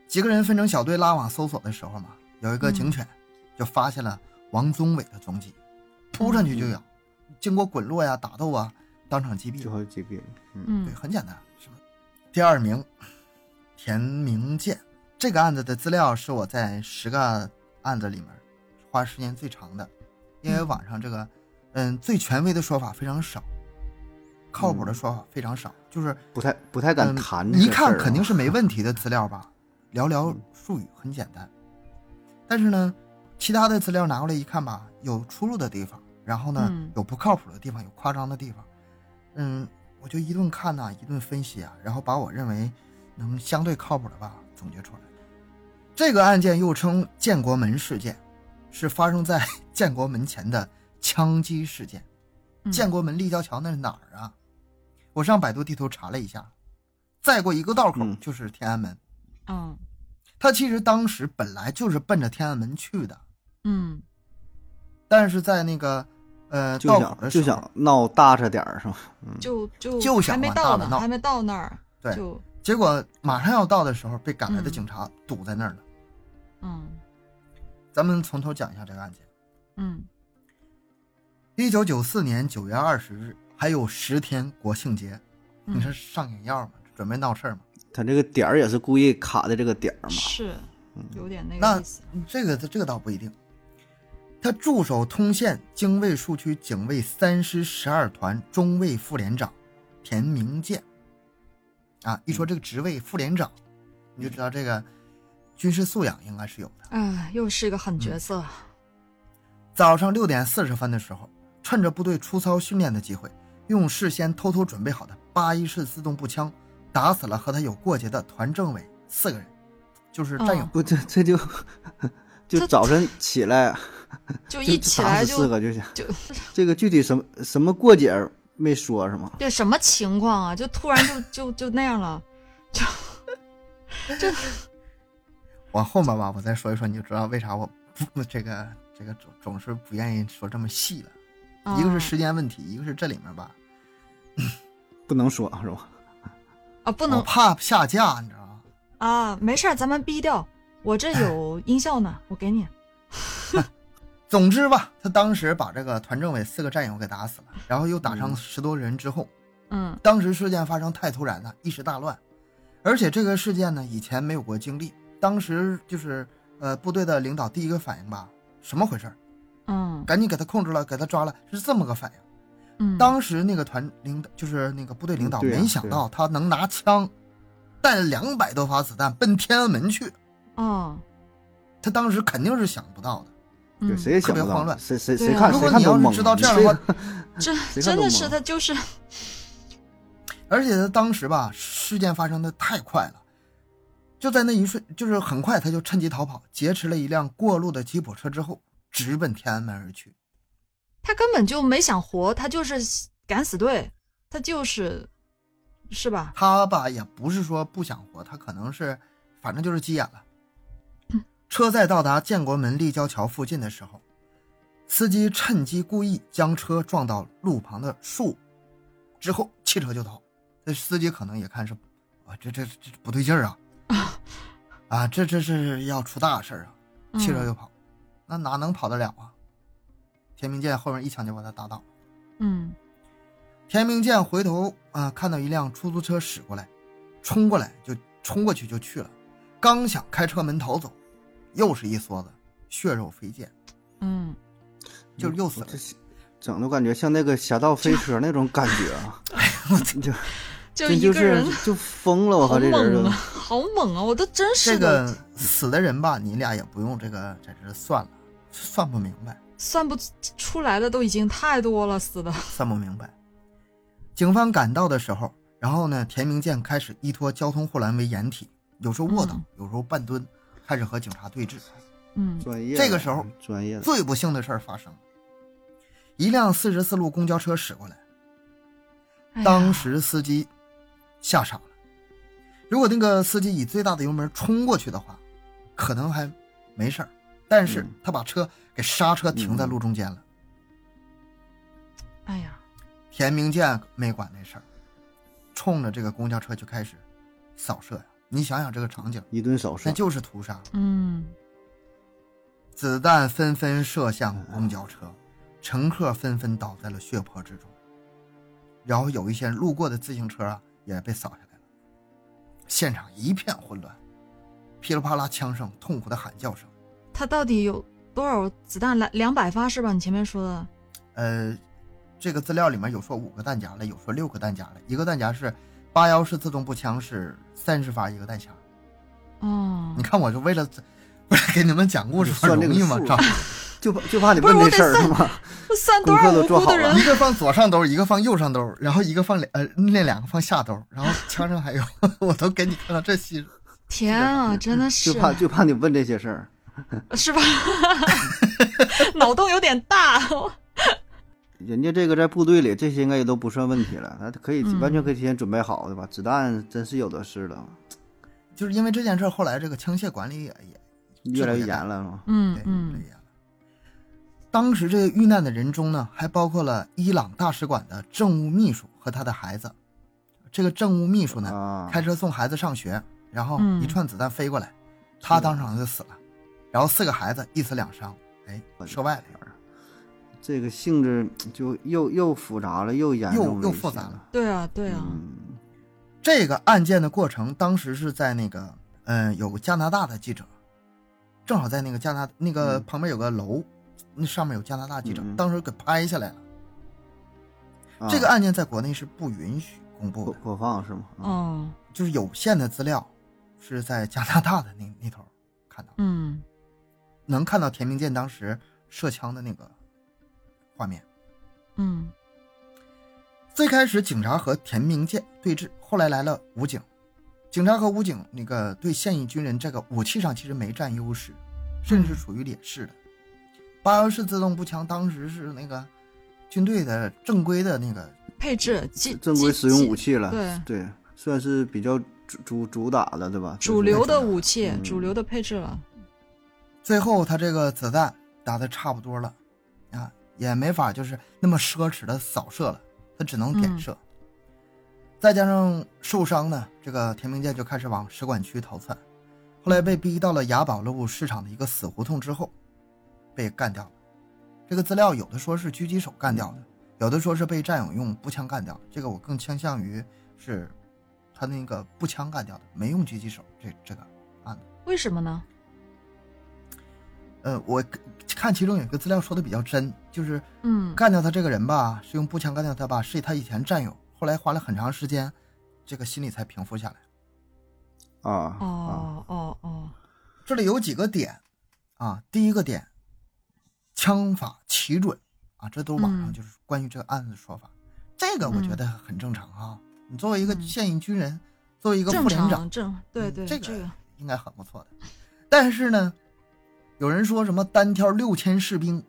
S1: 几个人分成小队拉网搜索的时候嘛，有一个警犬就发现了王宗伟的踪迹，扑上去就咬，经过滚落呀、打斗啊，当场击毙。
S3: 最后几遍，嗯
S1: 对，
S2: 嗯
S1: 很简单。什么？第二名，田明建。这个案子的资料是我在十个案子里面花时间最长的，因为网上这个，嗯，最权威的说法非常少，靠谱的说法非常少，就是
S3: 不太不太敢谈这
S1: 嗯一
S3: 个事儿啊。
S1: 看肯定是没问题的资料吧，寥寥数语，很简单。但是呢，其他的资料拿过来一看吧，有出入的地方，然后呢，
S2: 嗯
S1: 有不靠谱的地方，有夸张的地方。嗯，我就一顿看呐、一顿分析啊，然后把我认为能相对靠谱的吧总结出来。这个案件又称建国门事件，是发生在 建国门前的枪击事件。
S2: 嗯，
S1: 建国门立交桥那是哪儿啊？我上百度地图查了一下，再过一个道口
S3: 嗯
S1: 就是天安门。
S2: 嗯
S1: 他其实当时本来就是奔着天安门去的，
S2: 嗯
S1: 但是在那个呃
S3: 就
S1: 道口
S3: 想
S1: 的
S3: 就
S1: 时候，
S3: 想闹大着点儿是吧？
S2: 就就
S1: 嗯就想
S2: 还没
S1: 往大
S2: 到
S1: 了
S2: 呢，
S1: 闹
S2: 还没到那儿，
S1: 对
S2: 就
S1: 结果马上要到的时候被赶来的
S2: 嗯
S1: 警察堵在那儿了。
S2: 嗯
S1: 咱们从头讲一下这个案件。
S2: 嗯
S1: 一九九四年九月二十日，还有十天国庆节，
S2: 嗯
S1: 你这上眼药吗？准备闹事儿吗？
S3: 他这个点儿也是故意卡的这个点儿嘛。嗯
S2: 是有点那
S1: 那
S2: 个意思。
S1: 这个这个倒不一定。他驻守通县泾渭戍区警卫三师十二团中尉副连长田明建。啊，一说这个职位副连长，你就知道这个军事素养应该是有的。
S2: 啊，又是一个狠角色。
S1: 早上六点四十分的时候，趁着部队出操训练的机会，用事先偷偷准备好的八一式自动步枪打死了和他有过节的团政委四个人，就是战友。
S2: 嗯
S3: 不，这这 就就
S2: 这
S3: 早晨起来
S2: 就
S3: 嗯就
S2: 一起
S3: 打
S2: 来
S3: 死
S2: 就
S3: 四个就行。
S2: 就
S3: 这个具体什么什么过节儿没说是吗？
S2: 这什么情况啊？就突然就就就那样 了，
S1: 往后面吧，我再说一说，你就知道为啥我不这个这个总总是不愿意说这么细了。一
S2: 哦啊
S1: 个是时间问题，一个是这里面吧，
S3: 不能说是吧？
S1: 嗯
S2: 啊，不
S1: 我
S3: 哦
S2: 能
S1: 怕下架，你知道吗？
S2: 啊，没事儿，咱们逼掉。我这有音效呢，我给你。
S1: 总之吧，他当时把这个团政委四个战友给打死了，然后又打伤十多人之后，
S2: 嗯
S1: 当时事件发生太突然了，一时大乱，而且这个事件呢以前没有过经历，当时就是呃部队的领导第一个反应吧，什么回事儿？
S2: 嗯
S1: 赶紧给他控制了，给他抓了，是这么个反应。
S2: 嗯，
S1: 当时那个团领导就是那个部队领导，
S3: 嗯对啊
S1: 没想到他能拿枪，带了两百多发子弹奔天安门去，
S2: 哦，
S1: 他当时肯定是想不到的。
S3: 对，
S2: 嗯
S3: 谁也想
S1: 特
S3: 不
S1: 别慌
S3: 到，
S1: 乱
S3: 谁谁
S2: 对
S3: 谁
S2: 啊
S3: 看
S1: 如
S3: 谁
S1: 果
S3: 看
S1: 你
S3: 都
S1: 要
S3: 懵。
S1: 是知道这样的
S3: 谁
S1: 话，
S2: 这
S3: 谁看
S2: 真
S3: 都
S2: 的
S3: 懵
S2: 是他就是
S1: 而且他当时吧，事件发生的太快了，就在那一瞬，就是很快他就趁机逃跑，劫持了一辆过路的吉普车之后，直奔天安门而去。
S2: 他根本就没想活，他就是敢死队，他就是是吧？
S1: 他吧也不是说不想活，他可能是反正就是急眼了
S2: 嗯。
S1: 车在到达建国门立交桥附近的时候，司机趁机故意将车撞到路旁的树，之后汽车就逃。这司机可能也看是，啊，这这这不对劲儿 啊，啊，这这是要出大事儿啊，
S2: 嗯
S1: 汽车就跑，那哪能跑得了啊？田明建后面一枪就把他打倒。
S2: 嗯
S1: 田明建回头啊，看到一辆出租车驶过来，冲过来就冲过去就去了，刚想开车门逃走，又是一梭子血肉飞溅，
S2: 嗯，
S1: 就是又死
S3: 我
S1: 了。
S3: 这整的感觉像那个《侠盗飞车》那种感觉啊，就
S2: 就
S3: 这
S2: 一
S3: 就
S2: 个
S3: 是
S2: 人
S3: 就疯了，我
S2: 好
S3: 靠，这人
S2: 猛
S3: 都
S2: 啊，好猛啊！我都真
S1: 这
S2: 是的，
S1: 个死的人吧，你俩也不用这个在这算了，算不明白，
S2: 算不出来的都已经太多了，死的。
S1: 算不明白。警方赶到的时候，然后呢，田明建开始依托交通护栏为掩体，有时候卧倒，
S2: 嗯
S1: 有时候半蹲，开始和警察对峙。
S2: 嗯
S3: 专业的。
S1: 这个时候
S3: 专业的，
S1: 最不幸的事儿发生了，一辆四十四路公交车驶过来，
S2: 哎呀
S1: 当时司机吓傻了。如果那个司机以最大的油门冲过去的话，可能还没事儿，但是
S3: 嗯
S1: 他把车给刹车停在路中间了。
S2: 哎呀，
S1: 田明建没管那事儿，冲着这个公交车就开始扫射呀。你想想这个场景，
S3: 一顿扫
S1: 那
S3: 射，
S1: 就是屠杀，
S2: 嗯，
S1: 子弹纷纷射向公交车，乘客纷纷倒在了血泊之中，然后有一些路过的自行车啊也被扫下来了，现场一片混乱，噼里啪啦枪声，痛苦的喊叫声，
S2: 他到底有多少子弹？来两百发是吧？你前面说的。
S1: 呃，这个资料里面有说五个弹夹的，有说六个弹夹的，一个弹夹是八幺式自动步枪是三十发一个弹匣。
S2: 哦
S1: 你，看我就为了 这不是给你们讲故事吗
S3: 算这
S1: 容
S3: 个
S1: 易
S3: 数
S1: 吗
S3: 啊？
S1: 这
S3: 就怕就怕你
S2: 不是
S3: 问
S2: 我得
S3: 这事儿
S2: 算
S3: 是吗？
S2: 这算多少
S3: 功课
S2: 无
S3: 都做
S2: 辜
S3: 好
S2: 的
S3: 了
S2: 人
S1: 一？个放左上兜，一个放右上兜，然后一个放两呃那两个放下兜，然后枪上还有， 我都给你看到这细数。
S2: 天啊，真的是
S3: 就，怕就怕你问这些事儿。
S2: 是吧？ 脑洞有点大。
S3: 人家这个在部队里，这些应该也都不算问题了，他可以
S2: 嗯
S3: 完全可以提前准备好，对吧？子弹真是有的是了，
S1: 就是因为这件事儿，后来这个枪械管理也也
S3: 越来越严了嘛。
S2: 嗯
S1: 对
S2: 嗯
S1: 这样。当时这个遇难的人中呢，还包括了伊朗大使馆的政务秘书和他的孩子。这个政务秘书呢，
S3: 啊，
S1: 开车送孩子上学，然后
S2: 嗯
S1: 一串子弹飞过来，他
S3: 是
S1: 当场就死了，然后四个孩子一死两伤，哎，射外了。
S3: 这个性质就又又复杂了，又严重
S1: 又
S3: 了，
S1: 又复杂了。
S2: 对啊，对啊，
S3: 嗯，
S1: 这个案件的过程，当时是在那个，嗯、有个加拿大的记者，正好在那个加拿那个
S3: 嗯
S1: 旁边有个楼，那上面有加拿大记者，
S3: 嗯嗯
S1: 当时给拍下来了。
S3: 啊
S1: 这个案件在国内是不允许公布
S3: 播
S1: 的，
S3: 播放是吗？啊，
S2: 哦，
S1: 就是有限的资料是在加拿大的那那头看到，
S2: 嗯
S1: 能看到田明建当时射枪的那个画面。
S2: 嗯
S1: 最开始警察和田明建对峙，后来来了武警，警察和武警那个对现役军人这个武器上其实没占优势，甚至处于劣势的。八幺式自动步枪当时是那个军队的正规的那个，
S2: 配置机
S3: 正规使用武
S2: 器，
S3: 器了，
S2: 对
S3: 对，算是比较主主主打的，对吧？
S2: 主流的武器，
S3: 嗯
S2: 主流的配置了。
S1: 最后他这个子弹打的差不多了，啊，也没法就是那么奢侈的扫射了，他只能点射。再加上受伤呢，这个田明建就开始往使馆区逃窜，后来被逼到了雅宝路市场的一个死胡同之后，被干掉了。这个资料有的说是狙击手干掉的，有的说是被战友用步枪干掉的。这个我更倾向于是他那个步枪干掉的，没用狙击手。这这个案子，
S2: 为什么呢？
S1: 呃，我看其中有一个资料说的比较真，就是
S2: 嗯
S1: 干掉他这个人吧，是用步枪干掉他吧，是他以前战友，后来花了很长时间，这个心里才平复下来。
S3: 啊啊，
S2: 哦哦哦，
S1: 这里有几个点啊，第一个点，枪法奇准啊，这都是网上
S2: 嗯
S1: 就是关于这个案子的说法，这个我觉得很正常啊。你作为一个
S2: 嗯
S1: 现役军人，作为一个
S2: 正
S1: 副连长
S2: 常，正对
S1: 嗯
S2: 对，
S1: 这
S2: 这
S1: 个应该很不错的。但是呢，有人说什么单挑六千士兵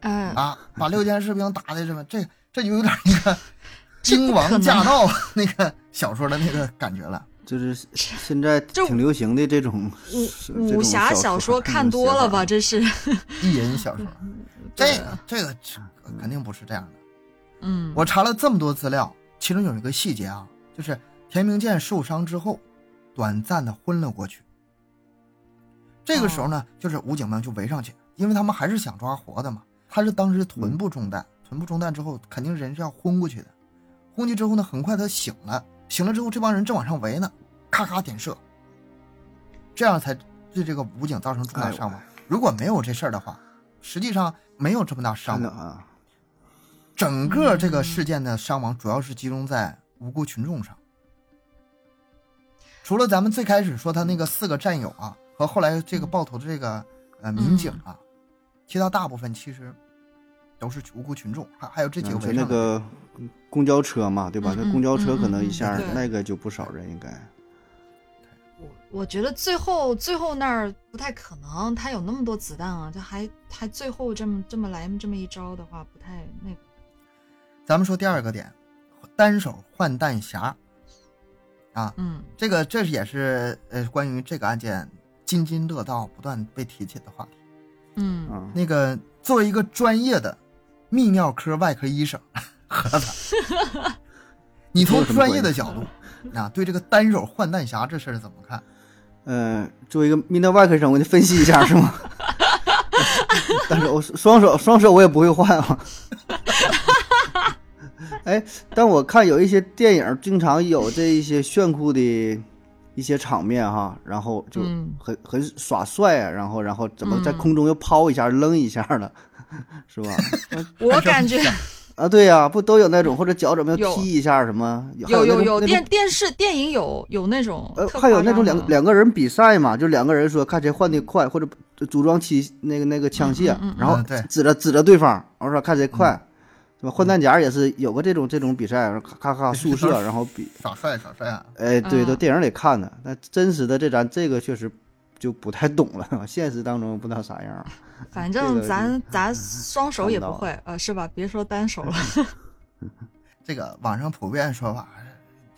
S2: 哎，
S1: 啊，把六千士兵打的什么，这这就有点那个《
S2: 这不
S1: 英
S2: 可
S1: 王
S2: 能
S1: 驾到》那个小说的那个感觉了。
S3: 就是现在
S2: 这
S3: 挺流行的这种这种
S2: 武武侠小说
S3: 说啊
S2: 看多了吧？这
S3: 这
S2: 是，
S1: 意淫小说，这
S2: 嗯对啊
S1: 个这个这个肯定不是这样的。
S2: 嗯，
S1: 我查了这么多资料，其中有一个细节啊，就是田明建受伤之后，短暂的昏了过去。这
S3: 哦嗯
S1: 个时候呢，就是武警们就围上去，因为他们还是想抓活的嘛。他是当时臀部中弹，全部中断之后，肯定人是要昏过去的。昏过去之后呢，很快他醒了，醒了之后，这帮人正往上围呢，咔咔点射，这样才对这个武警造成重大伤亡。
S3: 哎
S1: 如果没有这事儿的话，实际上没有这么大伤
S3: 真的
S1: 亡。
S3: 啊，
S1: 整个这个事件的伤亡主要是集中在无辜群众上。除了咱们最开始说他那个四个战友啊，和后来这个爆头的这个呃民警啊，其他大部分其实都是无辜群众，还还有这几个
S3: 嗯就
S1: 围
S3: 那
S1: 上的。
S3: 个公交车嘛，对吧？
S2: 嗯
S3: 那
S2: 嗯
S3: 公交车
S2: 嗯
S3: 可能
S2: 嗯
S3: 一下
S2: 嗯对
S3: 那个就不少人应该。
S2: 我觉得最后最后那儿不太可能，他有那么多子弹啊，就还还最后这么这么来这么一招的话，不太那个。
S1: 咱们说第二个点，单手换弹匣啊，
S2: 嗯
S1: 这个这也是呃关于这个案件津津乐道、不断被提起的话题。
S2: 嗯，
S3: 啊，
S1: 那个作为一个专业的泌尿科外科医生， 盒 子，你从专业的角度啊，对这个单手换弹匣这事儿怎么看？
S3: 嗯，作为一个泌尿外科医生，我给你分析一下是吗？ 但是我双手双手我也不会换啊。哎，但我看有一些电影经常有这一些炫酷的一些场面哈，然后就
S2: 嗯
S3: 很、很耍帅啊，然后然后怎么在
S2: 嗯
S3: 空中又抛一下、扔一下的，是吧？
S2: 我感觉
S3: 啊，对呀、不都有那种或者脚怎么
S2: 有
S3: 踢一下什么？还
S2: 有
S3: 有
S2: 有
S3: 那种
S2: 有
S3: 那种
S2: 电电视电影有有那种
S3: 呃，
S2: 特
S3: 还有
S2: 夸
S3: 那种
S2: 张啊
S3: 两
S2: 的
S3: 两个人比赛嘛，就两个人说看谁换的快，或者组装起那个那个枪械，
S2: 嗯嗯嗯
S3: 然后
S1: 嗯对嗯
S3: 指着指着对方，然后说看谁快，对吧？换弹夹也是有个这种这种比赛，然后咔咔咔
S1: 对
S3: 速 射
S1: 当，时
S3: 然后比，
S1: 耍帅耍帅啊！
S3: 哎，对，都
S2: 嗯
S3: 电影里看的，那真实的这咱这个确实就不太懂了，现实当中不知道啥 样。
S2: 反
S3: 这
S2: 正
S3: 个嗯
S2: 咱咱双手
S3: 看
S2: 也
S3: 不
S2: 不
S3: 到
S2: 会，呃，是吧？别说单手了。
S1: 这个网上普遍说法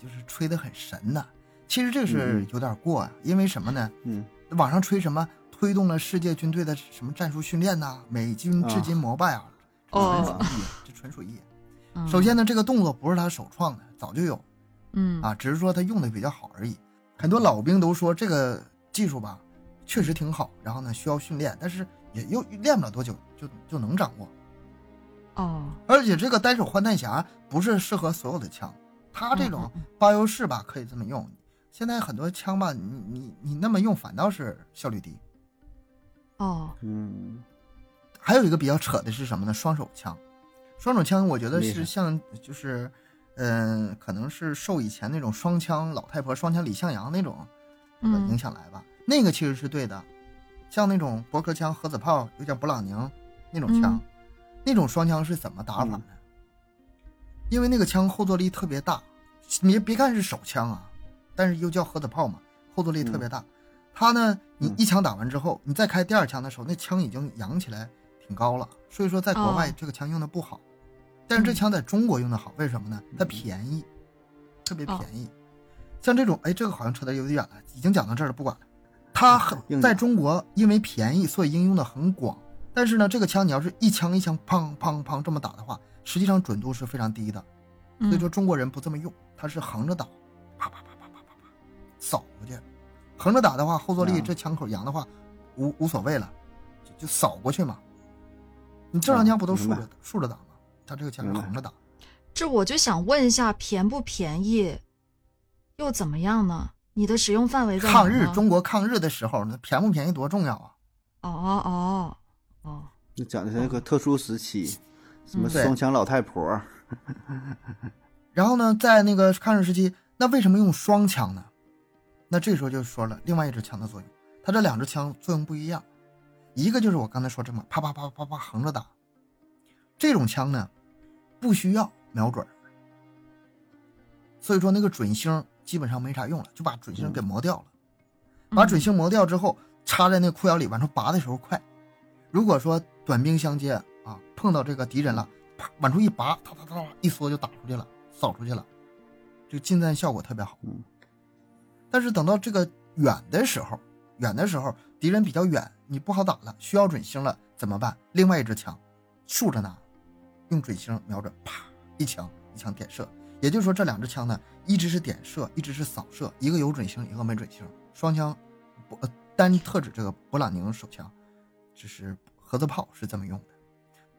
S1: 就是吹得很神呐、其实这是有点过啊，因为什么呢？
S3: 嗯，
S1: 网上吹什么推动了世界军队的什么战术训练呐、美军至今膜拜啊，这纯属
S2: 哦，
S1: 意淫，这纯属意淫。
S2: 嗯
S1: 首先呢，这个动作不是他首创的，早就有。
S2: 嗯
S1: 啊，只是说他用的比较好而已。很多老兵都说这个技术吧，确实挺好，然后呢需要训练，但是也又练不了多久就就能掌握。
S2: 哦，
S1: 而且这个单手换弹匣不是适合所有的枪，它这种
S2: 嗯
S1: 八优式吧可以这么用。现在很多枪吧，你你你那么用反倒是效率低。
S2: 哦，
S3: 嗯，
S1: 还有一个比较扯的是什么呢？双手枪，双手枪我觉得
S3: 厉
S1: 是
S3: 害
S1: 像就是，嗯、可能是受以前那种双枪老太婆、双枪李向阳那种呃
S2: 嗯
S1: 影响来吧。那个其实是对的，像那种驳壳枪、核子炮，有点勃朗宁那种枪，
S2: 嗯
S1: 那种双枪是怎么打法呢？因为那个枪后坐力特别大，你别看是手枪啊，但是又叫核子炮嘛，后坐力特别大。它呢，你
S3: 嗯
S1: 一枪打完之后，你再开第二枪的时候，那枪已经扬起来挺高了，所以说在国外
S2: 哦
S1: 这个枪用的不好，但是这
S2: 嗯
S1: 枪在中国用的好，为什么呢？它便宜，特别
S2: 哦
S1: 便宜。像这种，哎，这个好像扯得有点远了，已经讲到这儿了，不管了。它很
S3: 硬
S1: 在
S3: 讲
S1: 中国因为便宜，所以应用的很广。但是呢，这个枪你要是一枪一枪砰砰砰这么打的话，实际上准度是非常低的，
S2: 嗯
S3: 嗯
S1: 所以说中国人不这么用，它是横着打，啪啪啪啪啪啪啪，扫过去。横着打的话，后坐力
S3: 嗯
S1: 这枪口扬的话，无无所谓了，就就扫过去嘛。你正常
S3: 嗯
S1: 枪不都
S3: 明
S1: 竖
S3: 白
S1: 着竖着打吗？它这个枪是
S3: 明白
S1: 横着打。
S2: 这我就想问一下，便不便宜，又怎么样呢？你的使用范围在哪
S1: 抗
S2: 呢
S1: 日，中国抗日的时候，那便不便宜多重要啊！
S2: 哦哦哦哦，
S3: 那讲的是那个特殊时期，什么
S2: 嗯
S1: 对
S3: 双枪老太婆，
S1: 然后呢，在那个抗日时期，那为什么用双枪呢？那这时候就说了另外一支枪的作用，它这两支枪作用不一样，一个就是我刚才说这么啪啪啪啪啪横着打，这种枪呢不需要瞄准儿，所以说那个准星基本上没啥用了，就把准星给磨掉了。把准星磨掉之后，插在那裤腰里，往出拔的时候快。如果说短兵相接啊，碰到这个敌人了，啪往出一拔，啪啪啪啪一缩就打出去了，扫出去了，这个近战效果特别好。
S3: 嗯
S1: 但是等到这个远的时候，远的时候敌人比较远，你不好打了，需要准星了，怎么办？另外一支枪竖着拿，用准星瞄准，啪一枪一枪点射。也就是说，这两支枪呢，一支是点射，一支是扫射，一个有准星，一个没准星。双枪不、呃、单特指这个勃朗宁手枪，就是盒子炮是这么用的。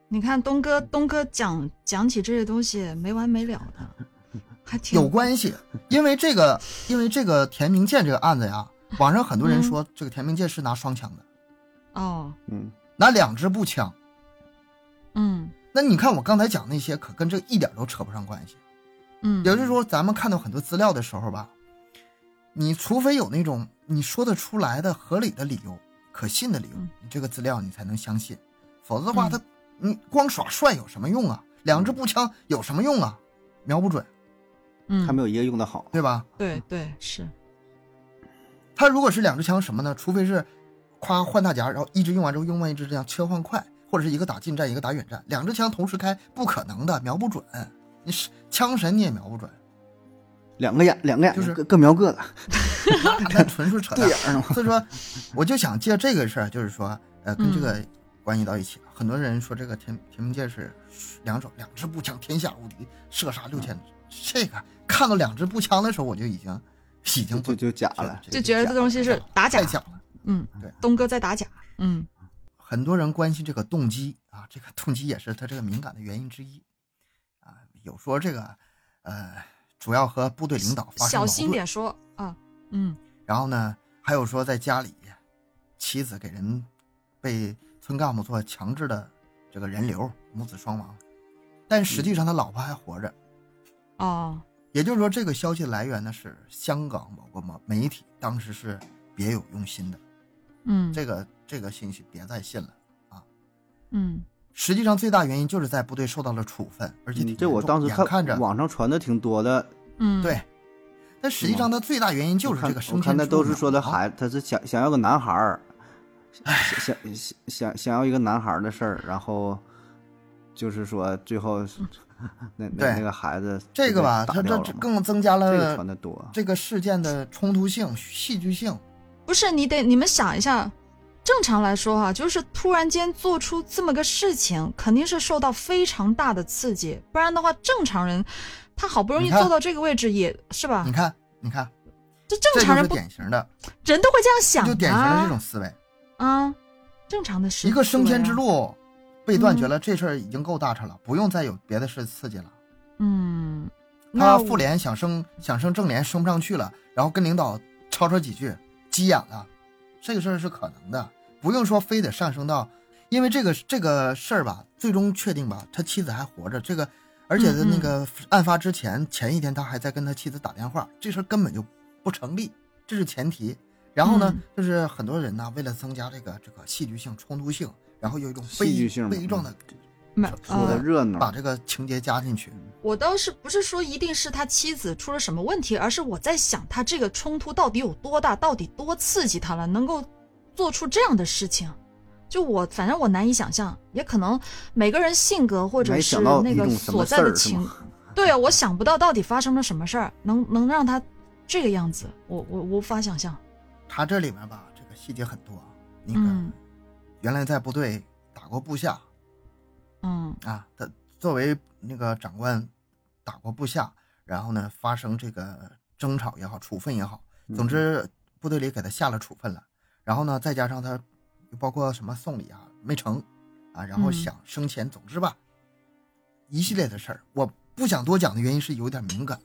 S2: 你看东哥，东哥讲讲起这些东西没完没了的，还挺
S1: 有关系，因为这个，因为这个田明建这个案子呀，网上很多人说这个田明建是拿双枪的，
S2: 哦，
S3: 嗯，
S1: 拿两支步枪。
S2: 嗯
S1: 那你看我刚才讲那些，可跟这一点都扯不上关系。
S2: 嗯，
S1: 也就是说，咱们看到很多资料的时候吧，你除非有那种你说得出来的合理的理由、可信的理由
S2: 嗯，
S1: 你这个资料你才能相信，否则的话，
S2: 嗯
S1: 他你光耍帅有什么用啊？两支步枪有什么用啊？瞄不准，
S2: 嗯，
S3: 他没有一个用的好。
S1: 对吧？
S2: 对对是，
S1: 他如果是两支枪什么呢？除非是夸换大夹，然后一直用完之后用完一支这样切换快，或者是一个打近战，一个打远战，两支枪同时开，不可能的，瞄不准。你是枪神你也瞄不准，
S3: 两个眼，两个眼
S1: 就是
S3: 睛各各瞄各的，
S1: 那 那纯属扯淡
S3: 对。眼儿嘛。
S1: 所以说，我就想借这个事儿，就是说，呃，跟这
S2: 嗯
S1: 个关系到一起。很多人说这个田田明介是两手两支步枪天下无敌，射杀六
S2: 嗯
S1: 千。这个看到两支步枪的时候，我就已经已经不
S3: 就就假了
S1: 这
S2: 就觉得这东西是打假
S1: 太，假了。
S2: 嗯，
S1: 对
S2: 东哥在打假，嗯
S1: 很多人关心这个动机啊，这个动机也是他这个敏感的原因之一啊。有说这个，呃，主要和部队领导发生
S2: 小
S1: 矛
S2: 心
S1: 盾，
S2: 点说啊，嗯
S1: 然后呢，还有说在家里，妻子给人被村干部做强制的这个人流，母子双亡。但实
S3: 嗯
S1: 际上他老婆还活着，
S2: 哦
S1: 也就是说这个消息来源呢是香港某个某媒体当时是别有用心的，
S2: 嗯
S1: 这个这个信息别再信了。
S2: 嗯
S1: 实际上最大原因就是在部队受到了处分，而且挺
S3: 嗯，这我
S1: 严重
S3: 当时
S1: 眼看着
S3: 网上传的挺多的，
S2: 嗯
S1: 对，但实际上他最大原因就是
S3: 我看
S1: 这个
S3: 我
S1: 生
S3: 看
S1: 前
S3: 那都是
S1: 出
S3: 说
S1: 轨
S3: 的
S1: 啊
S3: 孩，他是想想要个男孩儿，想想想想想要一个男孩儿的事儿，然后就是说最后是那那
S1: 嗯对
S3: 那个孩子
S1: 这
S3: 就
S1: 个
S3: 被
S1: 吧，
S3: 打
S1: 他这
S3: 掉了
S1: 这
S3: 嘛
S1: 更呃增加
S3: 这个
S1: 了
S3: 传的多，
S1: 这个事件的冲突性、戏剧性。
S2: 不是你得你们想一下，正常来说哈、就是突然间做出这么个事情，肯定是受到非常大的刺激，不然的话，正常人他好不容易
S1: 你看
S2: 坐到这个位置也，是吧
S1: 你？看，你看，
S2: 这
S1: 这
S2: 啊正
S1: 就
S2: 常人
S1: 是
S2: 不
S1: 典型的，
S2: 人都会这样
S1: 这
S2: 想
S1: 就典型的这
S2: 啊
S1: 种思维。
S2: 啊，正常的事。
S1: 一个升天之
S2: 对啊，
S1: 路被断绝了，这事儿已经够大事了，不用再有别的事刺激了。
S2: 嗯，那
S1: 他
S2: 我
S1: 妇联想升想升正联升不上去了，然后跟领导吵吵几句，急眼了，这个事儿是可能的，不用说非得上升到，因为这个这个事儿吧，最终确定吧，他妻子还活着，这个而且在
S2: 嗯嗯
S1: 那个案发之前、前一天他还在跟他妻子打电话，这事儿根本就不成立，这是前提。然后呢，
S2: 嗯
S1: 就是很多人呢，为了增加这个这个戏剧性、冲突性，然后有一种悲
S3: 戏剧性
S1: 悲壮的，
S2: 没
S3: 说的
S2: 呃
S3: 热闹
S1: 把，这个情节加进去。
S2: 我倒是不是说一定是他妻子出了什么问题，而是我在想他这个冲突到底有多大，到底多刺激他了，能够做出这样的事情。就我，反正我难以想象，也可能每个人性格或者
S3: 没
S2: 是
S3: 想到
S2: 那
S3: 一
S2: 个
S3: 种什
S2: 所
S3: 么事
S2: 在的
S3: 儿是
S2: 情
S3: 吗，？
S2: 对啊，我想不到到底发生了什么事儿，能能让他这个样子，我我无法想象。
S1: 他这里面吧，这个细节很多啊。那
S2: 嗯
S1: 个原来在部队打过部下
S2: 嗯
S1: 啊，他作为那个长官打过部下，然后呢发生这个争吵也好，处分也好，
S3: 嗯
S1: 总之部队里给他下了处分了。然后呢，再加上他包括什么送礼啊没成啊，然后
S2: 嗯
S1: 想生前，总之吧，一系列的事儿，我不想多讲的原因是有点敏感。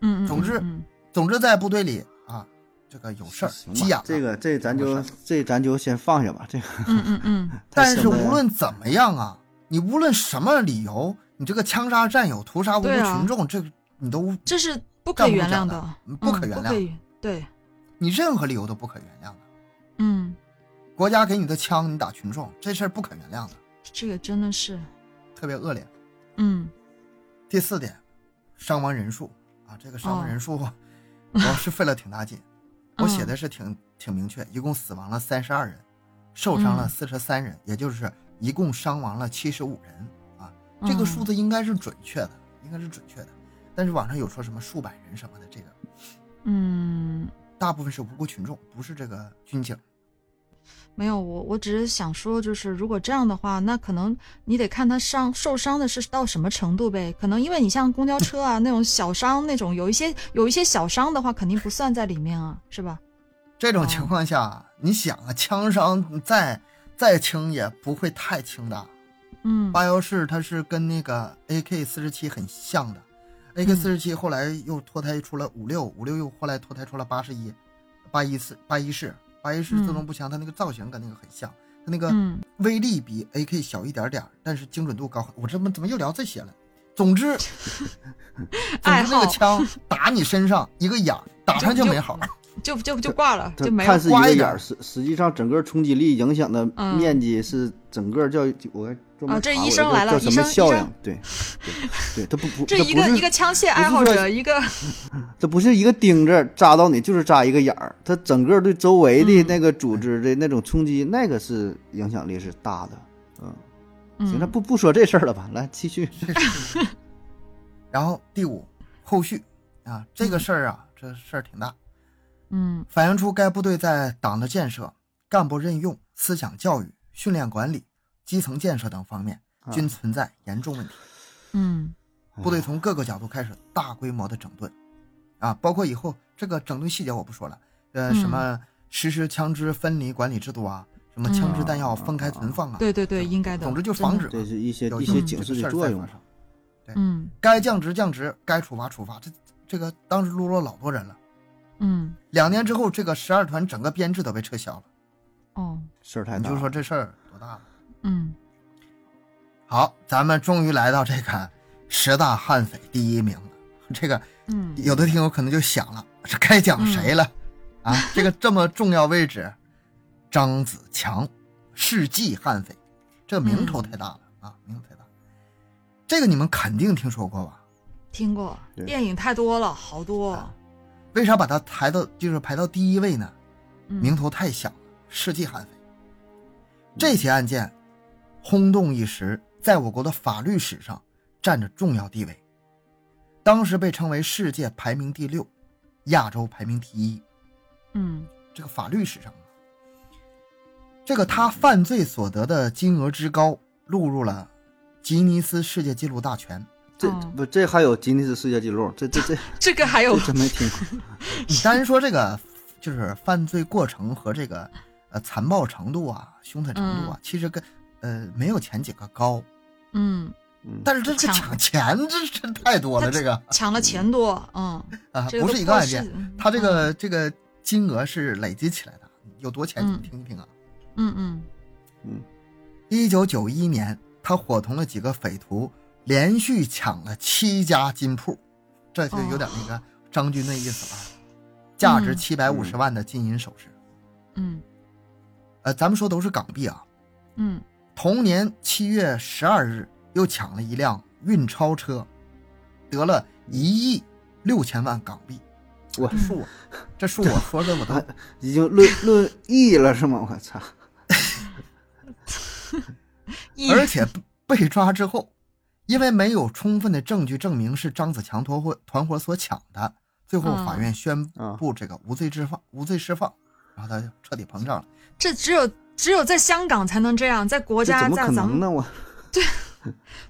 S2: 嗯嗯，
S1: 总之
S2: 嗯
S1: 总之在部队里啊，这个有事儿
S3: 行吧
S1: 急眼了
S3: 这个这咱
S1: 有
S3: 就
S1: 事
S3: 这咱就先放下吧，这个
S2: 嗯嗯 嗯，嗯
S1: 但是
S3: 太深了
S1: 无论怎么样啊，你无论什么理由，你这个枪杀战友、屠杀无辜
S2: 对啊
S1: 群众，这个你都
S2: 这是不可原谅的，
S1: 嗯
S2: 不
S1: 不可原
S2: 不可
S1: 谅，
S2: 以对，
S1: 你任何理由都不可原谅的。
S2: 嗯，
S1: 国家给你的枪，你打群众，这事儿不可原谅的，
S2: 这个真的是，
S1: 特别恶劣。
S2: 嗯
S1: 第四点，伤亡人数啊，这个伤亡
S2: 哦
S1: 人数，我是费了挺大劲，
S2: 嗯
S1: 我写的是挺挺明确，一共死亡了三十二人，受伤了
S2: 嗯
S1: 四十三人，也就是一共伤亡了七十五人啊，这
S2: 嗯
S1: 个数字应该是准确的，应该是准确的，但是网上有说什么数百人什么的，这个
S2: 嗯，
S1: 大部分是无辜群众，不是这个军警。
S2: 没有，我我只是想说，就是如果这样的话，那可能你得看他伤受伤的是到什么程度呗。可能因为你像公交车啊那种小伤那种，有一些有一些小伤的话，肯定不算在里面啊，是吧？
S1: 这种情况下，你想啊，枪伤再再轻也不会太轻的，
S2: 嗯
S1: 八幺式它是跟那个 AK 四十七很像的，AK 四十七后来又脱胎出了五六，五六又后来脱胎出了八十一，八一四八一式，八一式自动步枪它那个造型跟那个很像，它那个
S2: 嗯
S1: 威力比 AK 小一点点儿，但是精准度高很。我这么怎么又聊这些了？总 之，总
S2: 爱
S1: 之那
S2: 好
S1: 个枪打你身上一个眼，打上就没 好。
S2: 就就就挂了，
S3: 它
S2: 就没有
S3: 看似一
S1: 刮
S3: 个
S1: 一
S3: 眼
S1: 点
S3: 儿，实实际上整个冲击力影响的
S2: 嗯
S3: 面积是整个叫我还专
S2: 啊
S3: 门
S2: 这
S3: 查
S2: 医
S3: 过
S2: 生
S3: 叫
S2: 来了
S3: 叫
S2: 医
S3: 什么
S2: 生医
S3: 效
S2: 生
S3: 应？对，对，对它不不
S2: 这
S3: 它
S2: 一
S3: 不
S2: 个
S3: 是
S2: 一个枪械爱好
S3: 不是
S2: 者，
S3: 说
S2: 一个
S3: 它不是一个钉子扎到你，就是扎一个眼儿。它整个对周围
S2: 嗯
S3: 的那个组织的那种冲击，那个是影响力是大的。嗯， 行，那
S2: 嗯
S3: 不不说这事儿了吧，来继续。
S1: 然后第五，后续啊，这个事儿啊，这事儿挺大，
S2: 嗯
S1: 反映出该部队在党的建设、干部任用、思想教育、训练管理、基层建设等方面
S3: 啊哎
S1: 均存在严重问题。
S2: 嗯
S1: 部队从各个角度开始大规模的整顿，啊，包括以后这个整顿细节我不说了，呃，
S2: 嗯
S1: 什么实施枪支分离管理制度啊，什么枪支弹药分开存放啊，
S2: 对对嗯对，应该的。
S1: 总之就
S2: 真的
S1: 防止
S3: 这是一些
S1: 有
S3: 一
S1: 这
S3: 些
S1: 种
S3: 警示
S1: 事
S3: 的
S1: 儿
S3: 作
S1: 再
S3: 用
S1: 发。生
S2: 嗯
S1: 该降职降职，该处罚处罚，这这个当时撸了老多人了。
S2: 嗯
S1: 两年之后，这个十二团整个编制都被撤销了，
S2: 哦
S3: 事儿太
S1: 你
S3: 大
S1: 就
S3: 了，
S1: 说这事儿多大了？
S2: 嗯
S1: 好，咱们终于来到这个十大悍匪第一名了。 这个
S2: 嗯
S1: 有的听友可能就想了，这该讲谁了、啊？这个这么重要位置，张子强，世纪悍匪，这名头太大了、啊，名头太大。这个你们肯定听说过吧？
S2: 听过
S3: 对啊
S2: 电影太多了，好多哦。
S1: 为啥把他抬到就是排到第一位呢？
S2: 嗯
S1: 名头太响了，世纪悍匪。这起案件轰动一时，在我国的法律史上占着重要地位，当时被称为世界排名第六，亚洲排名第一。
S2: 嗯
S1: 这个法律史上啊，这个他犯罪所得的金额之高，录入了吉尼斯世界纪录大全。
S3: 这
S2: 嗯
S3: 不这还有吉尼斯世界纪录，这 这这
S2: 这个还有
S3: 这真没 听过。
S1: 你单说这个就是犯罪过程和这个呃残暴程度啊、凶狠程度啊，其实跟呃没有前几个高，
S2: 嗯
S3: 嗯，
S1: 但是这个
S2: 抢
S1: 抢钱这这太多了，这个
S2: 抢了钱多，嗯，
S1: 啊
S2: 这
S1: 不
S2: 都
S1: 是一个
S2: 破
S1: 案
S2: 世
S1: 件，他这个这个金额是累积起来的，有多钱你
S2: 嗯
S1: 听一听啊。
S2: 嗯嗯
S3: 嗯
S1: 一九九一年，他伙同了几个匪徒，连续抢了七家金铺，这就有点那个张军的意思了啊。价值
S2: 嗯
S1: 七百五十万的金银首饰，
S2: 嗯
S1: 呃，咱们说都是港币啊。
S2: 嗯
S1: 同年七月十二日，又抢了一辆运钞车，得了一亿六千万港币。
S3: 我
S1: 数，啊这数我说的我都
S3: 已经论论亿了是吗？我操！
S2: 一
S1: 而且被被抓之后，因为没有充分的证据证明是张子强团伙团伙所抢的，最后
S2: 嗯
S1: 法院宣
S3: 啊
S1: 布这个无罪释放，无罪释放，然后他就彻底膨胀了。
S2: 这只有只有在香港才能这样，在国
S3: 这
S2: 家
S3: 怎么
S2: 在
S3: 可
S2: 咱
S3: 能
S2: 们
S3: 呢？我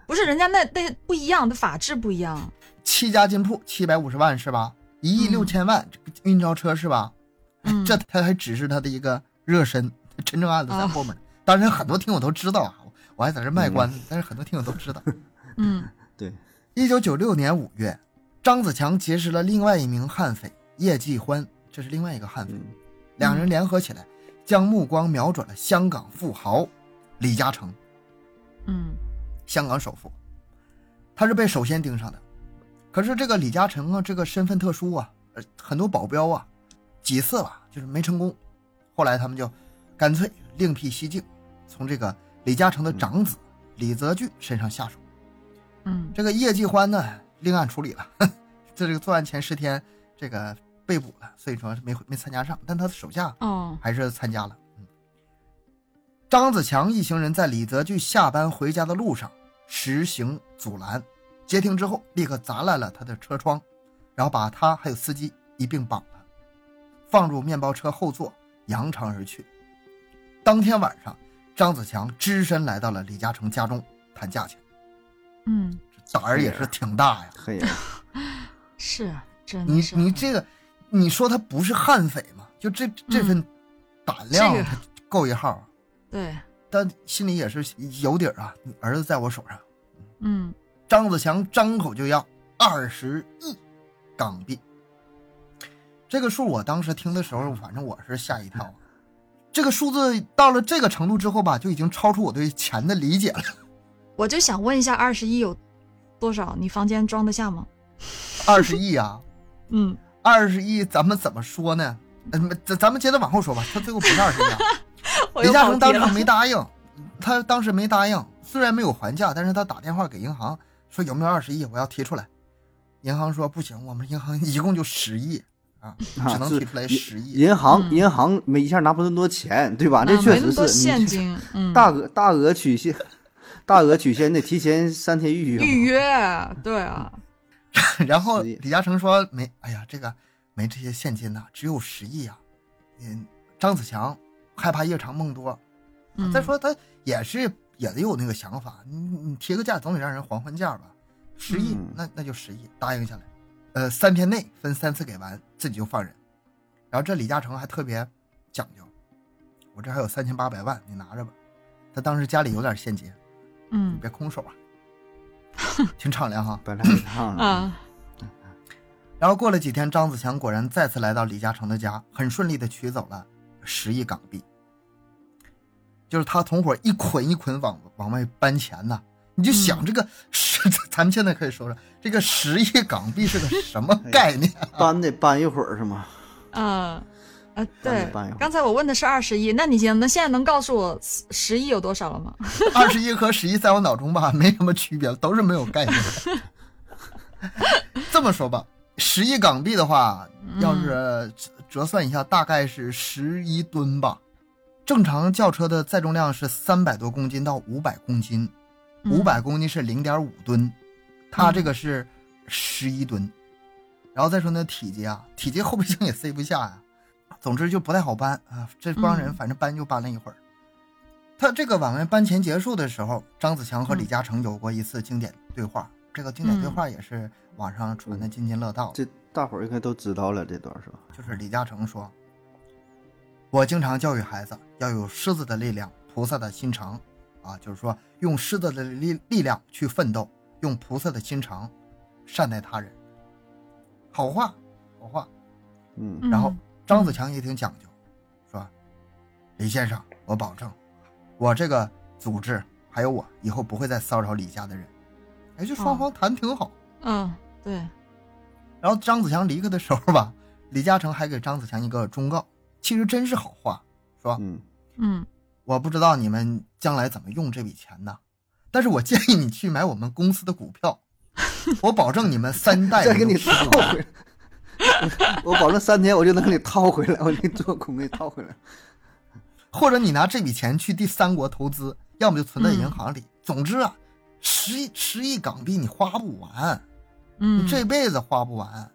S2: 不是人家那那不一样的法制不一样，
S1: 七家金铺七百五十万是吧？一亿
S2: 嗯
S1: 六千万、这个运钞车是吧？
S2: 嗯
S1: 这他还只是他的一个热身，真正案子在
S2: 哦
S1: 后面。当然，很多听友都知道啊，我我还在这卖关子，但是很多听友都知道。
S2: 嗯
S3: 对，
S1: 一九九六年五月，张子强结识了另外一名悍匪叶继欢，这是另外一个悍匪，
S3: 嗯
S1: 两人联合起来，将目光瞄准了香港富豪李嘉诚，
S2: 嗯
S1: 香港首富，他是被首先盯上的。可是这个李嘉诚啊，这个身份特殊啊，呃，很多保镖啊，几次了就是没成功。后来他们就干脆另辟蹊径，从这个李嘉诚的长子李泽钜身上下手。
S2: 嗯
S1: 这个叶继欢呢，另案处理了， 在这个作案前十天，这个被捕了，所以说是没没参加上，但他的手下
S2: 哦
S1: 还是参加了。嗯，张子强一行人在李泽钜下班回家的路上实行阻拦，截停之后立刻砸烂了他的车窗，然后把他还有司机一并绑了，放入面包车后座，扬长而去。当天晚上，张子强只身来到了李嘉诚家中谈价钱，
S2: 嗯
S1: 胆儿也是挺大呀。
S3: 可以啊了。
S2: 是啊真
S1: 你
S2: 的嗯是
S1: 你这个，你说他不是悍匪吗？就这这份胆量，
S2: 嗯这个
S1: 他够一号啊。
S2: 对
S1: 但心里也是有底儿啊，你儿子在我手上。
S2: 嗯，
S1: 张子强张口就要二十亿港币。这个数我当时听的时候，反正我是吓一跳啊。这个数字到了这个程度之后吧，就已经超出我对钱的理解了。
S2: 我就想问一下，二十一有多少？你房间装得下吗？
S1: 二十亿啊，
S2: 嗯，
S1: 二十亿，咱们怎么说呢？嗯，咱咱们接着往后说吧。他最后不是二十亿啊，
S2: 我
S1: 林
S2: 又
S1: 嘉
S2: 跑
S1: 诚
S2: 题
S1: 当
S2: 了
S1: 时没答 应，他当时没答应，虽然没有还价，但是他打电话给银行说有没有二十亿，我要提出来。银行说不行，我们银行一共就十亿啊，
S3: 啊
S1: 只能
S3: 是
S1: 提出来
S3: 银
S1: 十亿。
S3: 银行
S2: 嗯
S3: 银行没一下拿不那么多钱，对吧？
S2: 啊
S3: 这确
S2: 没那
S3: 实
S2: 么多
S3: 是
S2: 现
S3: 你
S2: 金，嗯，
S3: 大额大额取现，大额取现得提前三天预约
S2: 嗯
S3: 嘛。
S2: 预约，对啊，
S1: 然后
S3: 十亿
S1: 李嘉诚说没，哎呀，这个没这些现金呐、只有十亿啊。嗯，张子强害怕夜长梦多，
S2: 嗯，
S1: 啊再说他也是也得有那个想法，你你贴个价总得让人还还价吧。十亿，
S3: 嗯
S1: 那那就十亿，答应下来。呃，三天内分三次给完，自己就放人。然后这李嘉诚还特别讲究，我这还有三千八百万，你拿着吧。他当时家里有点现金，
S2: 嗯
S1: 别空手啊，挺敞亮哈、
S3: 本来一趟啊，
S2: 啊，
S1: 然后过了几天，张子强果然再次来到李嘉诚的家，很顺利的取走了十亿港币。就是他同伙一捆一捆往往外搬钱呐、你就想这个十，咱们现在可以说说这个十亿港币是个什么概念？
S3: 搬得搬一会儿是吗？
S2: 啊，啊，
S3: 那
S2: 对
S3: 你办一会，儿
S2: 刚才我问的是二十亿，那你现那现在能告诉我十十亿有多少了吗？
S1: 二十亿和十亿在我脑中吧没什么区别，都是没有概念的。 这么说吧，十亿港币的话，要是折折算一下，大概是十一吨吧。正常轿车的载重量是三百多公斤到五百公斤，
S2: 嗯
S1: 五百公斤是零点五吨，它这个是十一吨。然后再说那体积啊，体积后备箱也塞不下呀、总之就不太好搬啊。这帮人
S2: 嗯
S1: 反正搬就搬了一会儿。他这个往外搬钱结束的时候，张子强和
S2: 嗯
S1: 李嘉诚有过一次经典对话，这个经典对话也是网上传的津津乐道的。
S3: 这大伙儿应该都知道了这段是吧？
S1: 就是李嘉诚说：“我经常教育孩子要有狮子的力量，菩萨的心肠，啊，就是说用狮子的力力量去奋斗，用菩萨的心肠善待他人。好话，好话。”
S3: 嗯，
S1: 然后张子强也挺讲究，说：“李先生，我保证，我这个组织还有我以后不会再骚扰李家的人。”哎，这双
S3: 哦
S1: 方谈挺好。
S2: 嗯，嗯对，
S1: 然后张子强离开的时候吧，李嘉诚还给张子强一个忠告，其实真是好话，说：“
S3: 嗯，
S2: 嗯
S1: 我不知道你们将来怎么用这笔钱呢，但是我建议你去买我们公司的股票，我保证你们三代
S3: 再给
S1: 人
S3: 你
S1: 都
S3: 套
S1: 吃不完。
S3: 回来， 我保证三天我就能给你套回来，我给你做空给你套回来。
S1: 或者你拿这笔钱去第三国投资，要么就存在
S3: 嗯
S1: 银行里。总之啊，十亿十亿港币你花不完，
S2: 嗯，
S1: 你这辈子花不完。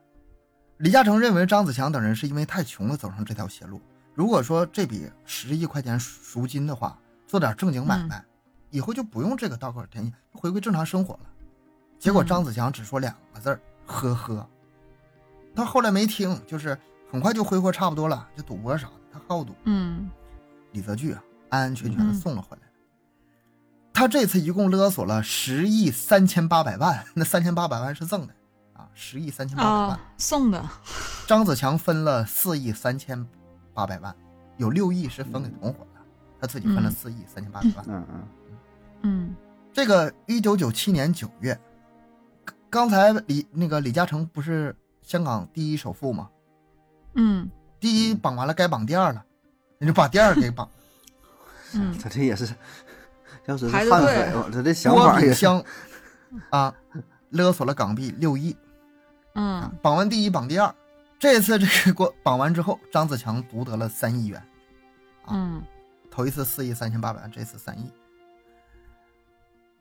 S1: 李嘉诚认为张子强等人是因为太穷了走上这条邪路。如果说这笔十亿块钱赎金的话，做点正经买
S2: 嗯
S1: 卖，以后就不用这个道口便宜，回归正常生活了。结果
S2: 嗯
S1: 张子强只说两个字儿：呵呵。他后来没听，就是很快就挥霍差不多了，就赌博啥的，他好赌。
S2: 嗯
S1: 李泽钜啊，安安全全的送了回来。他这次一共勒索了十亿三千八百万，那三千八百万是赠的啊，十亿三千八百万。
S2: 啊送的，
S1: 张子强分了四亿三千八百万，有六亿是分给同伙的，他自己分了
S2: 嗯
S1: 四亿三千八百万。
S3: 嗯嗯，
S2: 嗯
S1: 这个一九九七年九月，刚刚才李那个李嘉诚不是香港第一首富吗？
S2: 嗯
S1: 第一绑完了该绑第二了，你就把第二给绑了。
S2: 嗯
S3: 他这也是，要是是
S2: 排
S3: 悍
S2: 着队
S3: 匪，我他这想
S1: 郭
S3: 法
S1: 炳
S3: 也是。
S1: 湘啊，勒索了港币六亿，
S2: 嗯
S1: 绑完第一，绑第二。这次这个国绑完之后，张子强独得了三亿元，
S2: 嗯
S1: 头一次四亿三千八百万，这次三亿。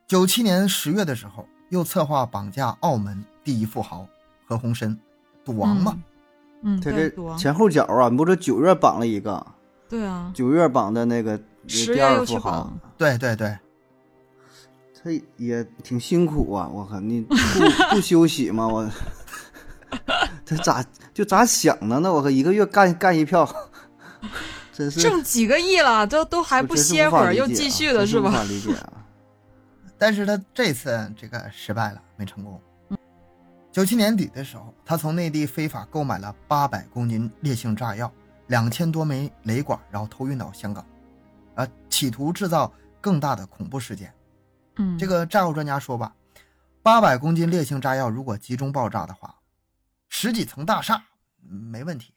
S1: 九七年十月的时候，又策划绑架澳门第一富豪何鸿燊，赌王嘛。
S2: 嗯，
S3: 他
S2: 对，赌
S3: 这
S2: 王，
S3: 前后脚啊，你不这九月绑了一个，
S2: 对啊，
S3: 九月绑的那个
S2: 十
S3: 第
S2: 月
S3: 二
S2: 又
S3: 富
S2: 去
S3: 豪
S2: 绑，，
S1: 对对对，
S3: 他也挺辛苦啊！我靠，你不不休息吗？我 他咋就咋想的呢？我靠，一个月干干一票，这 真是
S2: 挣几个亿了，都都还
S3: 我
S2: 不
S3: 真是
S2: 歇
S3: 无法
S2: 会儿，
S3: 理
S2: 又
S3: 解
S2: 继
S3: 啊
S2: 续
S3: 真
S2: 了
S3: 是无
S2: 吧？
S3: 法理解 啊，
S1: 但是他这次这个失败了，没成功。九七年底的时候，他从内地非法购买了八百公斤烈性炸药、两千多枚雷管，然后偷运到香港，啊，企图制造更大的恐怖事件。
S2: 嗯，
S1: 这个炸药专家说吧，八百公斤烈性炸药如果集中爆炸的话，十几层大厦嗯没问题，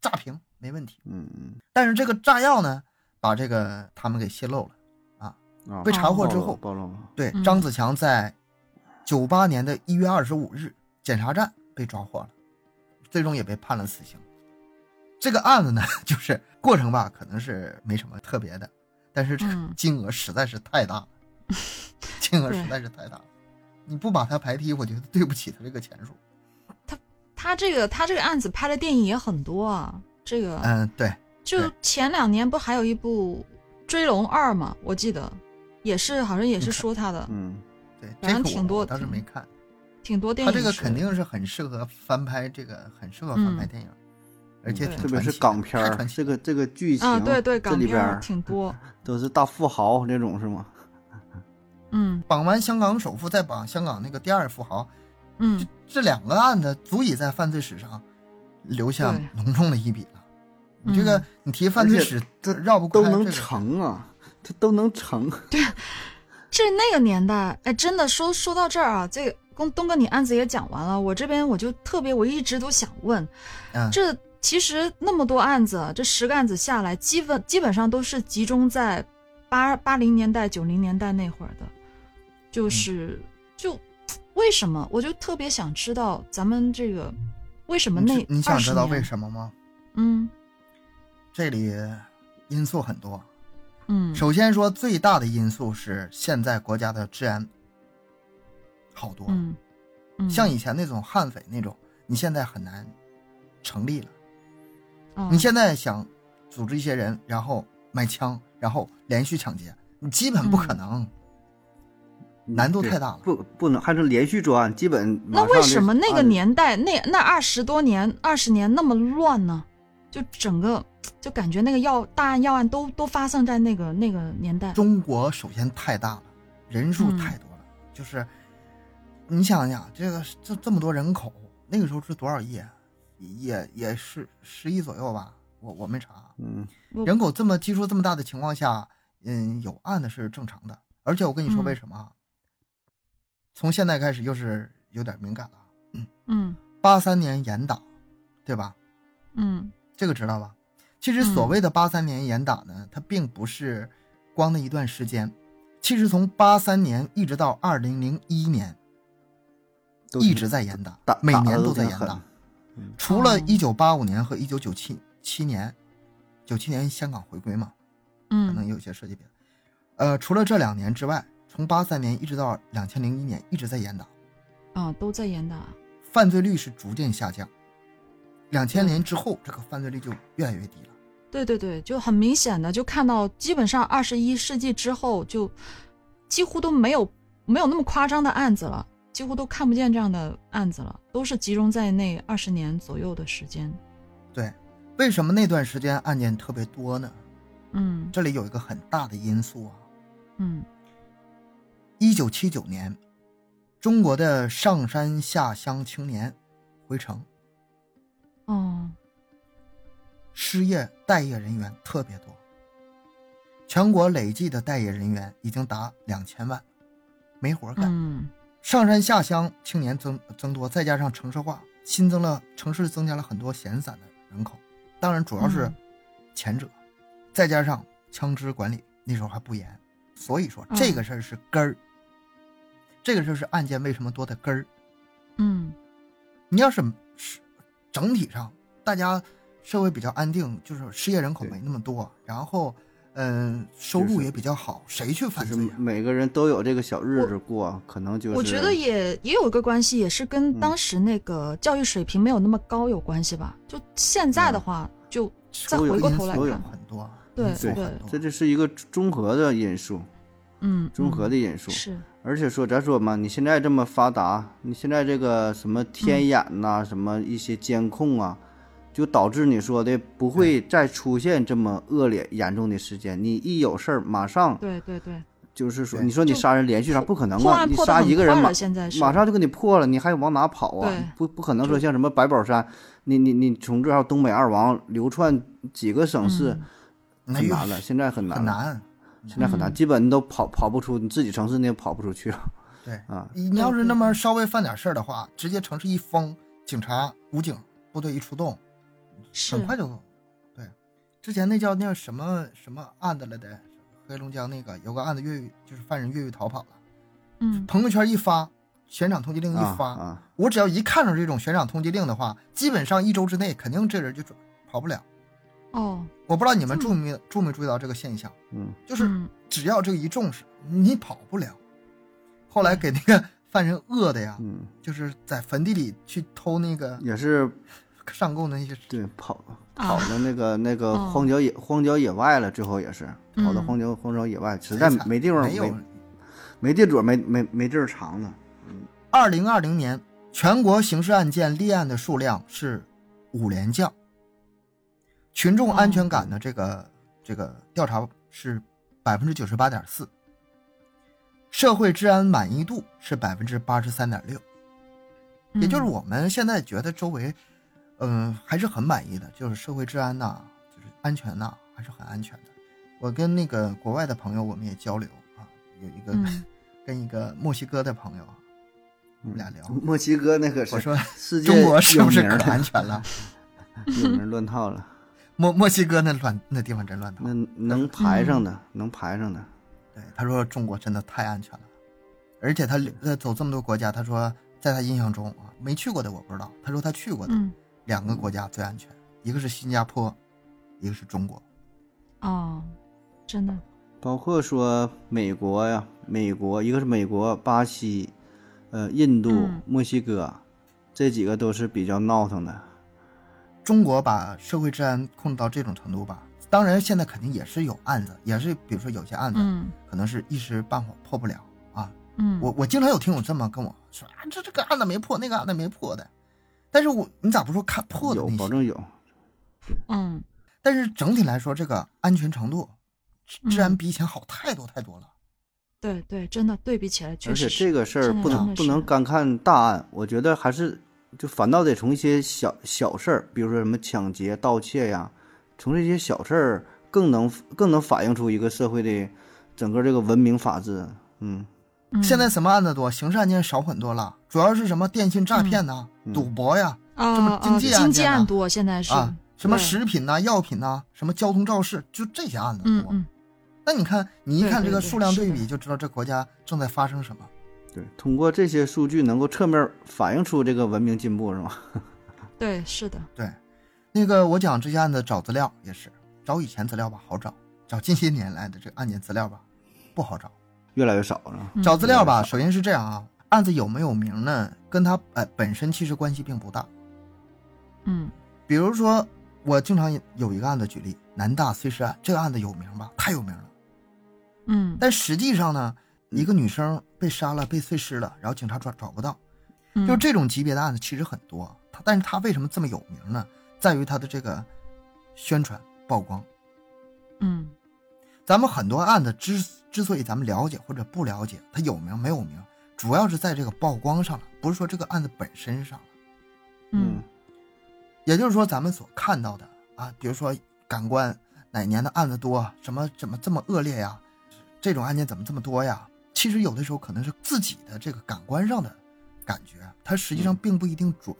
S1: 炸平没问题。
S3: 嗯嗯
S1: 但是这个炸药呢，把这个他们给泄露了。
S3: 啊，
S1: 嗯被查获之
S3: 暴露
S1: 后
S3: 暴露了，
S1: 对
S2: 嗯，
S1: 张子强在九八年的一月二十五日检查站被抓获了，最终也被判了死刑。这个案子呢， 就是过程吧，可能是没什么特别的，但是这个
S2: 嗯
S1: 金额实在是太大了，金额实在是太大了。你不把他排踢，我觉得对不起他这个钱数。
S2: 他这个他这个案子拍的电影也很多啊，这个
S3: 哎
S1: 嗯，对，
S2: 就
S1: 对
S2: 前两年不还有一部《追龙二》嘛？我记得也是，好像也是说他的，
S3: 嗯
S1: 对，
S2: 反
S1: 这
S2: 正
S1: 个
S2: 挺
S1: 我
S2: 多
S1: 我倒是
S2: 挺
S1: 没看。
S2: 挺多电
S1: 他
S2: 影。
S1: 这个肯，定是很适合翻拍，这个很适合翻拍
S2: 嗯
S1: 电影，而且
S2: 对
S1: 挺
S3: 特别
S1: 传
S3: 是
S1: 奇的
S3: 港片
S1: 太
S3: 儿
S1: 传，奇
S3: 这个这个剧情
S2: 啊，对对，
S3: 这
S2: 港
S3: 里
S2: 片
S3: 边
S2: 儿
S3: 儿
S2: 挺多，
S3: 都是大富豪那种是吗？
S2: 嗯
S1: 绑完香港首富，再绑香港那个第二富豪，
S2: 嗯，
S1: 这两个案子足以在犯罪史上留下
S2: 对
S1: 浓重的一笔了。
S2: 嗯
S1: 你这个，你提犯罪史，
S3: 这
S1: 绕不开
S3: 嗯都能
S1: 这个
S3: 成啊，这都能成，
S2: 这那个年代，哎，真的说说到这儿啊，这个东东哥你案子也讲完了，我这边我就特别，我一直都想问，
S1: 嗯，
S2: 这其实那么多案子，这十个案子下来，基本基本上都是集中在八八零年代、九零年代那会儿的，
S1: 嗯
S2: 就是、就为什么？我就特别想知道咱们这个为什么
S1: 你
S2: 那
S1: 知你想知道
S2: 20年
S1: 为什么吗？
S2: 嗯
S1: 这里因素很多。
S2: 嗯
S1: 首先说最大的因素是现在国家的治安好多了，
S2: 嗯嗯，
S1: 像以前那种悍匪那种，你现在很难成立了。
S2: 嗯
S1: 你现在想组织一些人，然后买枪，然后连续抢劫，你基本不可能，
S2: 嗯
S1: 难度太大了。
S3: 不不能还是连续作案，基本
S2: 那
S3: 马上
S2: 为
S3: 就
S2: 什么那个
S3: 案子
S2: 年代那那二十多年二十年那么乱呢？就整个就感觉那个要大案要案都都发生在那个那个年代，
S1: 中国首先太大了，人数
S2: 嗯
S1: 太多了，就是你想想，这个这这么多人口，那个时候是多少亿啊？也也是十亿左右吧，我我没查。
S3: 嗯
S2: 我
S1: 人口这么基数这么大的情况下，嗯，有案的是正常的。而且我跟你说
S2: 嗯
S1: 为什么啊？从现在开始又是有点敏感了啊。
S2: 嗯
S1: 八三年严打，对吧？
S2: 嗯
S1: 这个知道吧？其实所谓的八三年严打呢，它并不是光那一段时间，其实从八三年一直到二零零一年
S3: 都
S1: 一
S3: 挺
S1: 直在严打，
S3: 打
S1: 每
S3: 打
S1: 年
S3: 得
S1: 都在
S3: 挺
S1: 严
S3: 狠
S1: 打，除
S2: 哦
S1: 了一九八五年和一九九七七年，九七年香港回归嘛，可能
S2: 嗯
S1: 有些涉及别的。呃，除了这两年之外，从八三年一直到两千零一年一直在严打，
S2: 啊，都在严打，
S1: 犯罪率是逐渐下降。两千年之后，这个犯罪率就越来越低了。
S2: 对对对，就很明显的就看到，基本上二十一世纪之后就几乎都没有没有那么夸张的案子了，几乎都看不见这样的案子了，都是集中在那二十年左右的时间。
S1: 对，为什么那段时间案件特别多呢？
S2: 嗯
S1: 这里有一个很大的因素啊。
S2: 嗯
S1: 一九七九年，中国的上山下乡青年回城，
S2: 哦
S1: 失业待业人员特别多。全国累计的待业人员已经达两千万，没活干。
S2: 嗯
S1: 上山下乡青年增增多，再加上城市化，新增了城市增加了很多闲散的人口。当然，主要是
S2: 嗯
S1: 前者，再加上枪支管理那时候还不严，所以说
S2: 嗯
S1: 这个事儿是根儿。这个事儿是案件为什么多的根儿。
S2: 嗯
S1: 你要是是整体上大家社会比较安定，就是失业人口
S3: 对
S1: 没那么多，然后嗯、收
S3: 就是
S1: 入也比较好，谁去
S3: 就
S1: 犯
S3: 是
S1: 罪呀、
S3: 每个人都有这个小日子过，可能就是嗯
S2: 我觉得也也有一个关系，也是跟当时那个教育水平没有那么高有关系吧。就现在的话，就再
S3: 嗯都有
S2: 回过
S1: 因
S2: 头
S1: 素
S2: 来
S3: 都有
S2: 看，
S1: 很多，
S2: 对
S1: 因素
S2: 对
S1: 很多
S3: 这就是一个综合的因素，
S2: 嗯，
S3: 综合
S2: 嗯
S3: 的因素。
S2: 是，
S3: 而且说咱说嘛，你现在这么
S2: 嗯
S3: 发达，你现在这个什么天眼呐、什么一些监控啊，就导致你说的不会再出现这么恶劣严重的事件。你一有事儿，马上
S2: 对对对，
S3: 就是说，
S1: 对
S3: 你说你
S2: 就
S3: 杀人连续杀不可能
S2: 破
S3: 啊，
S2: 案
S3: 你
S2: 破的
S3: 杀
S2: 很
S3: 一个
S2: 快
S3: 人马
S2: 了，现在是
S3: 马上就给你破了，你还往哪跑啊
S2: 对？
S3: 不不可能说像什么白宝山，你你你从这儿到东北二王流窜几个
S2: 嗯
S3: 省市，
S1: 那
S3: 很
S1: 又
S2: 哎
S3: 难了，现在很难
S1: 很
S3: 了，
S1: 难。
S3: 现在很
S2: 嗯
S3: 难，基本你都跑跑不出，你自己城市你也跑不出去了。
S1: 对
S3: 啊，
S1: 你要
S2: 对
S1: 是
S2: 对
S1: 那么稍微犯点事儿的话，直接城市一封，警察、武警、部队一出动，
S2: 是
S1: 很快就，对，之前那叫那个什么什么案子来的，黑龙江那个有个案子越狱，就是犯人越狱逃跑了，
S2: 嗯
S1: 朋友圈一发，悬赏通缉令
S3: 啊
S1: 一发，
S3: 啊，
S1: 我只要一看到这种悬赏通缉令的话，基本上一周之内肯定这人就转跑不了。
S2: 哦，
S1: 我不知道你们
S2: 这
S1: 注没注没注意到这个现象，
S3: 嗯，
S1: 就是
S2: 嗯
S1: 只要这个一重视，你跑不了。后
S2: 嗯
S1: 来给那个 犯人饿的
S2: 啊
S1: 呀，
S3: 嗯，
S1: 就是在坟地里去偷那个
S3: 也是
S1: 上供的那些，
S3: 对跑跑
S2: 啊
S3: 到那个那个
S2: 嗯
S3: 荒郊野荒郊野外了，最后也是跑到
S2: 嗯
S3: 荒郊荒郊野外，实在没地方
S1: 没有
S3: 没没地主没没没地儿藏了。
S1: 二零二零年全国刑事案件立案的数量是五连降，群众安全感的这个、这个调查是百分之九十八点四，社会治安满意度是百分之八十三点六，也就是
S2: 嗯
S1: 我们现在觉得周围，嗯、还是很满意的，就是社会治安呐、就是安全呐、还是很安全的。我跟那个国外的朋友我们也交流啊，有一个、
S2: 嗯
S1: 跟一个墨西哥的朋友啊，我
S3: 嗯
S1: 们俩聊，
S3: 墨西哥那可是
S1: 我说
S3: 世界
S1: 中国是不是
S3: 有
S1: 可
S3: 名
S1: 安
S3: 的
S1: 全了？
S3: 有名乱套 了？
S1: 墨墨西哥那乱那地方真乱套
S3: 那。能排上的，
S2: 嗯
S3: 能排上的，
S1: 对，他说中国真的太安全了，而且他呃走这么多国家，他说在他印象中啊，没去过的我不知道，他说他去过的、
S2: 嗯
S1: 两个国家最安全，一个是新加坡，一个是中国。
S2: 哦，真的
S3: 包括说美国呀，美国一个是美国、巴西，呃，印度、
S2: 嗯
S3: 墨西哥，这几个都是比较闹腾的。
S1: 中国把社会治安控制到这种程度吧，当然现在肯定也是有案子，也是比如说有些案子、
S2: 嗯
S1: 可能是一时半会儿破不了啊，
S2: 嗯
S1: 我我经常有听友这么跟我说啊，这这个案子没破，那个案子没破的。但是我你咋不说看破的
S3: 有
S1: 那
S3: 保
S1: 些？
S3: 证有，
S2: 嗯
S1: 但是整体来说，这个安全程度，治治安
S2: 嗯
S1: 比以前好太多太多了。
S2: 对对，真的对比起来确
S3: 而且
S2: 实
S3: 这
S2: 是
S3: 个事儿
S2: 真的
S3: 不
S2: 真
S3: 能
S2: 的
S3: 不
S2: 是
S3: 能干看大案，我觉得还是就反倒得从一些小小事儿，比如说什么抢劫、盗窃呀，从这些小事儿更能更能反映出一个社会的整个这个文明法治。嗯，
S2: 嗯
S1: 现在什么案子多，刑事案件少很多了，主要是什么电信诈骗呐、
S3: 嗯
S1: 赌博呀
S2: 啊
S1: 这么
S2: 啊
S1: 经济案
S2: 经济
S1: 件呢
S2: 案多，现在是
S1: 啊，什么
S2: 对
S1: 食品呐、药品呐、什么交通肇事，就这些案子
S2: 嗯
S1: 多。
S2: 嗯
S1: 那你看，你一
S2: 对
S1: 看
S2: 对
S1: 这个
S2: 对
S1: 数量
S2: 是
S1: 对
S2: 的
S1: 比，就知道这国家正在发生什么。
S3: 对，通过这些数据能够侧面反映出这个文明进步，是吗？
S2: 对是的
S1: 对，那个我讲这些案子找资料也是找以前资料吧，好找；找近些年来的这个案件资料吧，不好找。
S3: 越来越少了。
S2: 嗯
S1: 找资料吧，
S3: 嗯
S1: 首先是这样啊，案子有没有名呢，跟他呃本身其实关系并不大。
S2: 嗯
S1: 比如说，我经常有一个案子举例，南大碎尸案，这个案子有名吧，太有名了。
S2: 嗯
S1: 但实际上呢，一个女生被杀了，被碎尸了，然后警察抓找不到，
S2: 嗯
S1: 哎就这种级别的案子其实很多。啊他但是他为什么这么有名呢？在于他的这个宣传曝光。
S2: 嗯
S1: 咱们很多案子之之所以咱们了解或者不了解，它有名没有名，主要是在这个曝光上了，不是说这个案子本身上了。
S2: 嗯
S1: 也就是说，咱们所看到的啊，比如说感官哪年的案子多啊，什么怎么这么恶劣呀，这种案件怎么这么多呀？其实有的时候可能是自己的这个感官上的感觉，它实际上并不一定准。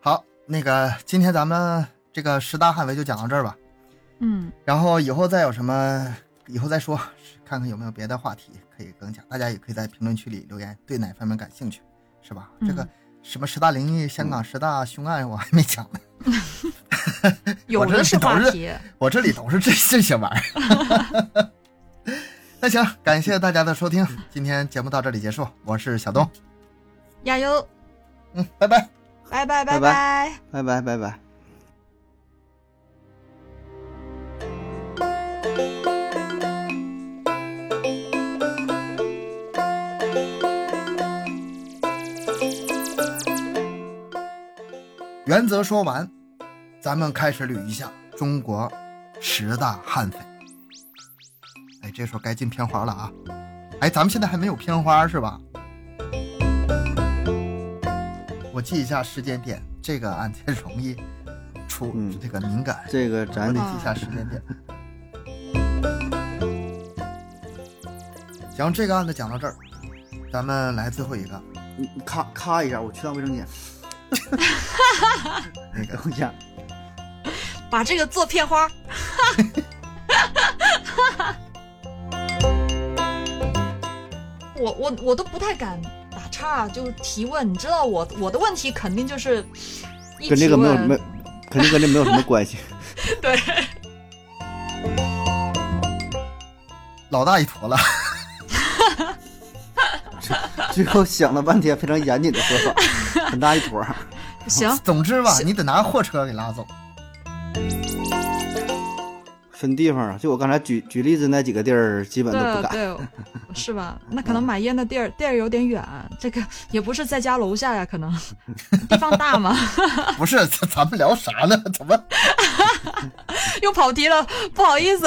S1: 好，那个今天咱们这个十大悍匪就讲到这儿吧。
S2: 嗯
S1: 然后以后再有什么，以后再说，看看有没有别的话题可以更讲。大家也可以在评论区里留言，对哪方面感兴趣，是吧？
S2: 嗯
S1: 这个什么十大灵异、香港十大凶案，我还没讲呢。
S2: 有
S1: 这
S2: 的是
S1: 都
S2: 话
S1: 是
S2: 题，
S1: 我这里都是这这些玩意儿。 那行，感谢大家的收听，今天节目到这里结束，我是小东，
S2: 加油，
S1: 嗯，拜拜。
S2: 拜拜
S3: 拜拜
S2: 拜。
S3: 拜拜拜拜。
S1: 原则说完，咱们开始捋一下中国十大悍匪。哎，这时候该进片花了啊！哎，咱们现在还没有片花是吧？我记一下时间点，这个案件容易出、
S3: 嗯
S1: 这个敏感，
S3: 这个
S1: 我
S3: 咱
S1: 得
S3: 得
S1: 记
S2: 嗯
S1: 一下时间点。行，这个案子讲到这儿，咱们来最后一个，
S3: 咔咔一下，我去趟卫生间。
S1: 那个
S3: 等一下，
S2: 把这个做片花儿。 我我我都不太敢打岔，就是提问。你知道我我的问题肯定就是一
S3: 跟这
S2: 提
S3: 个没有
S2: 问，
S3: 什么，肯定跟这没有什么关系。
S2: 对，
S1: 老大一坨了。
S3: 最后想了半天，非常严谨的说法，很大一坨儿。
S2: 行，
S1: 总之吧，你得拿货车给拉走。
S3: 分地方啊，就我刚才举举例子那几个地儿，基本都不
S2: 对
S3: 敢。
S2: 对，是吧？那可能买烟的地儿地儿有点远，这个也不是在家楼下呀，可能地方大嘛，
S1: 不是，咱咱们聊啥呢？怎么
S2: 又跑题了，不好意思。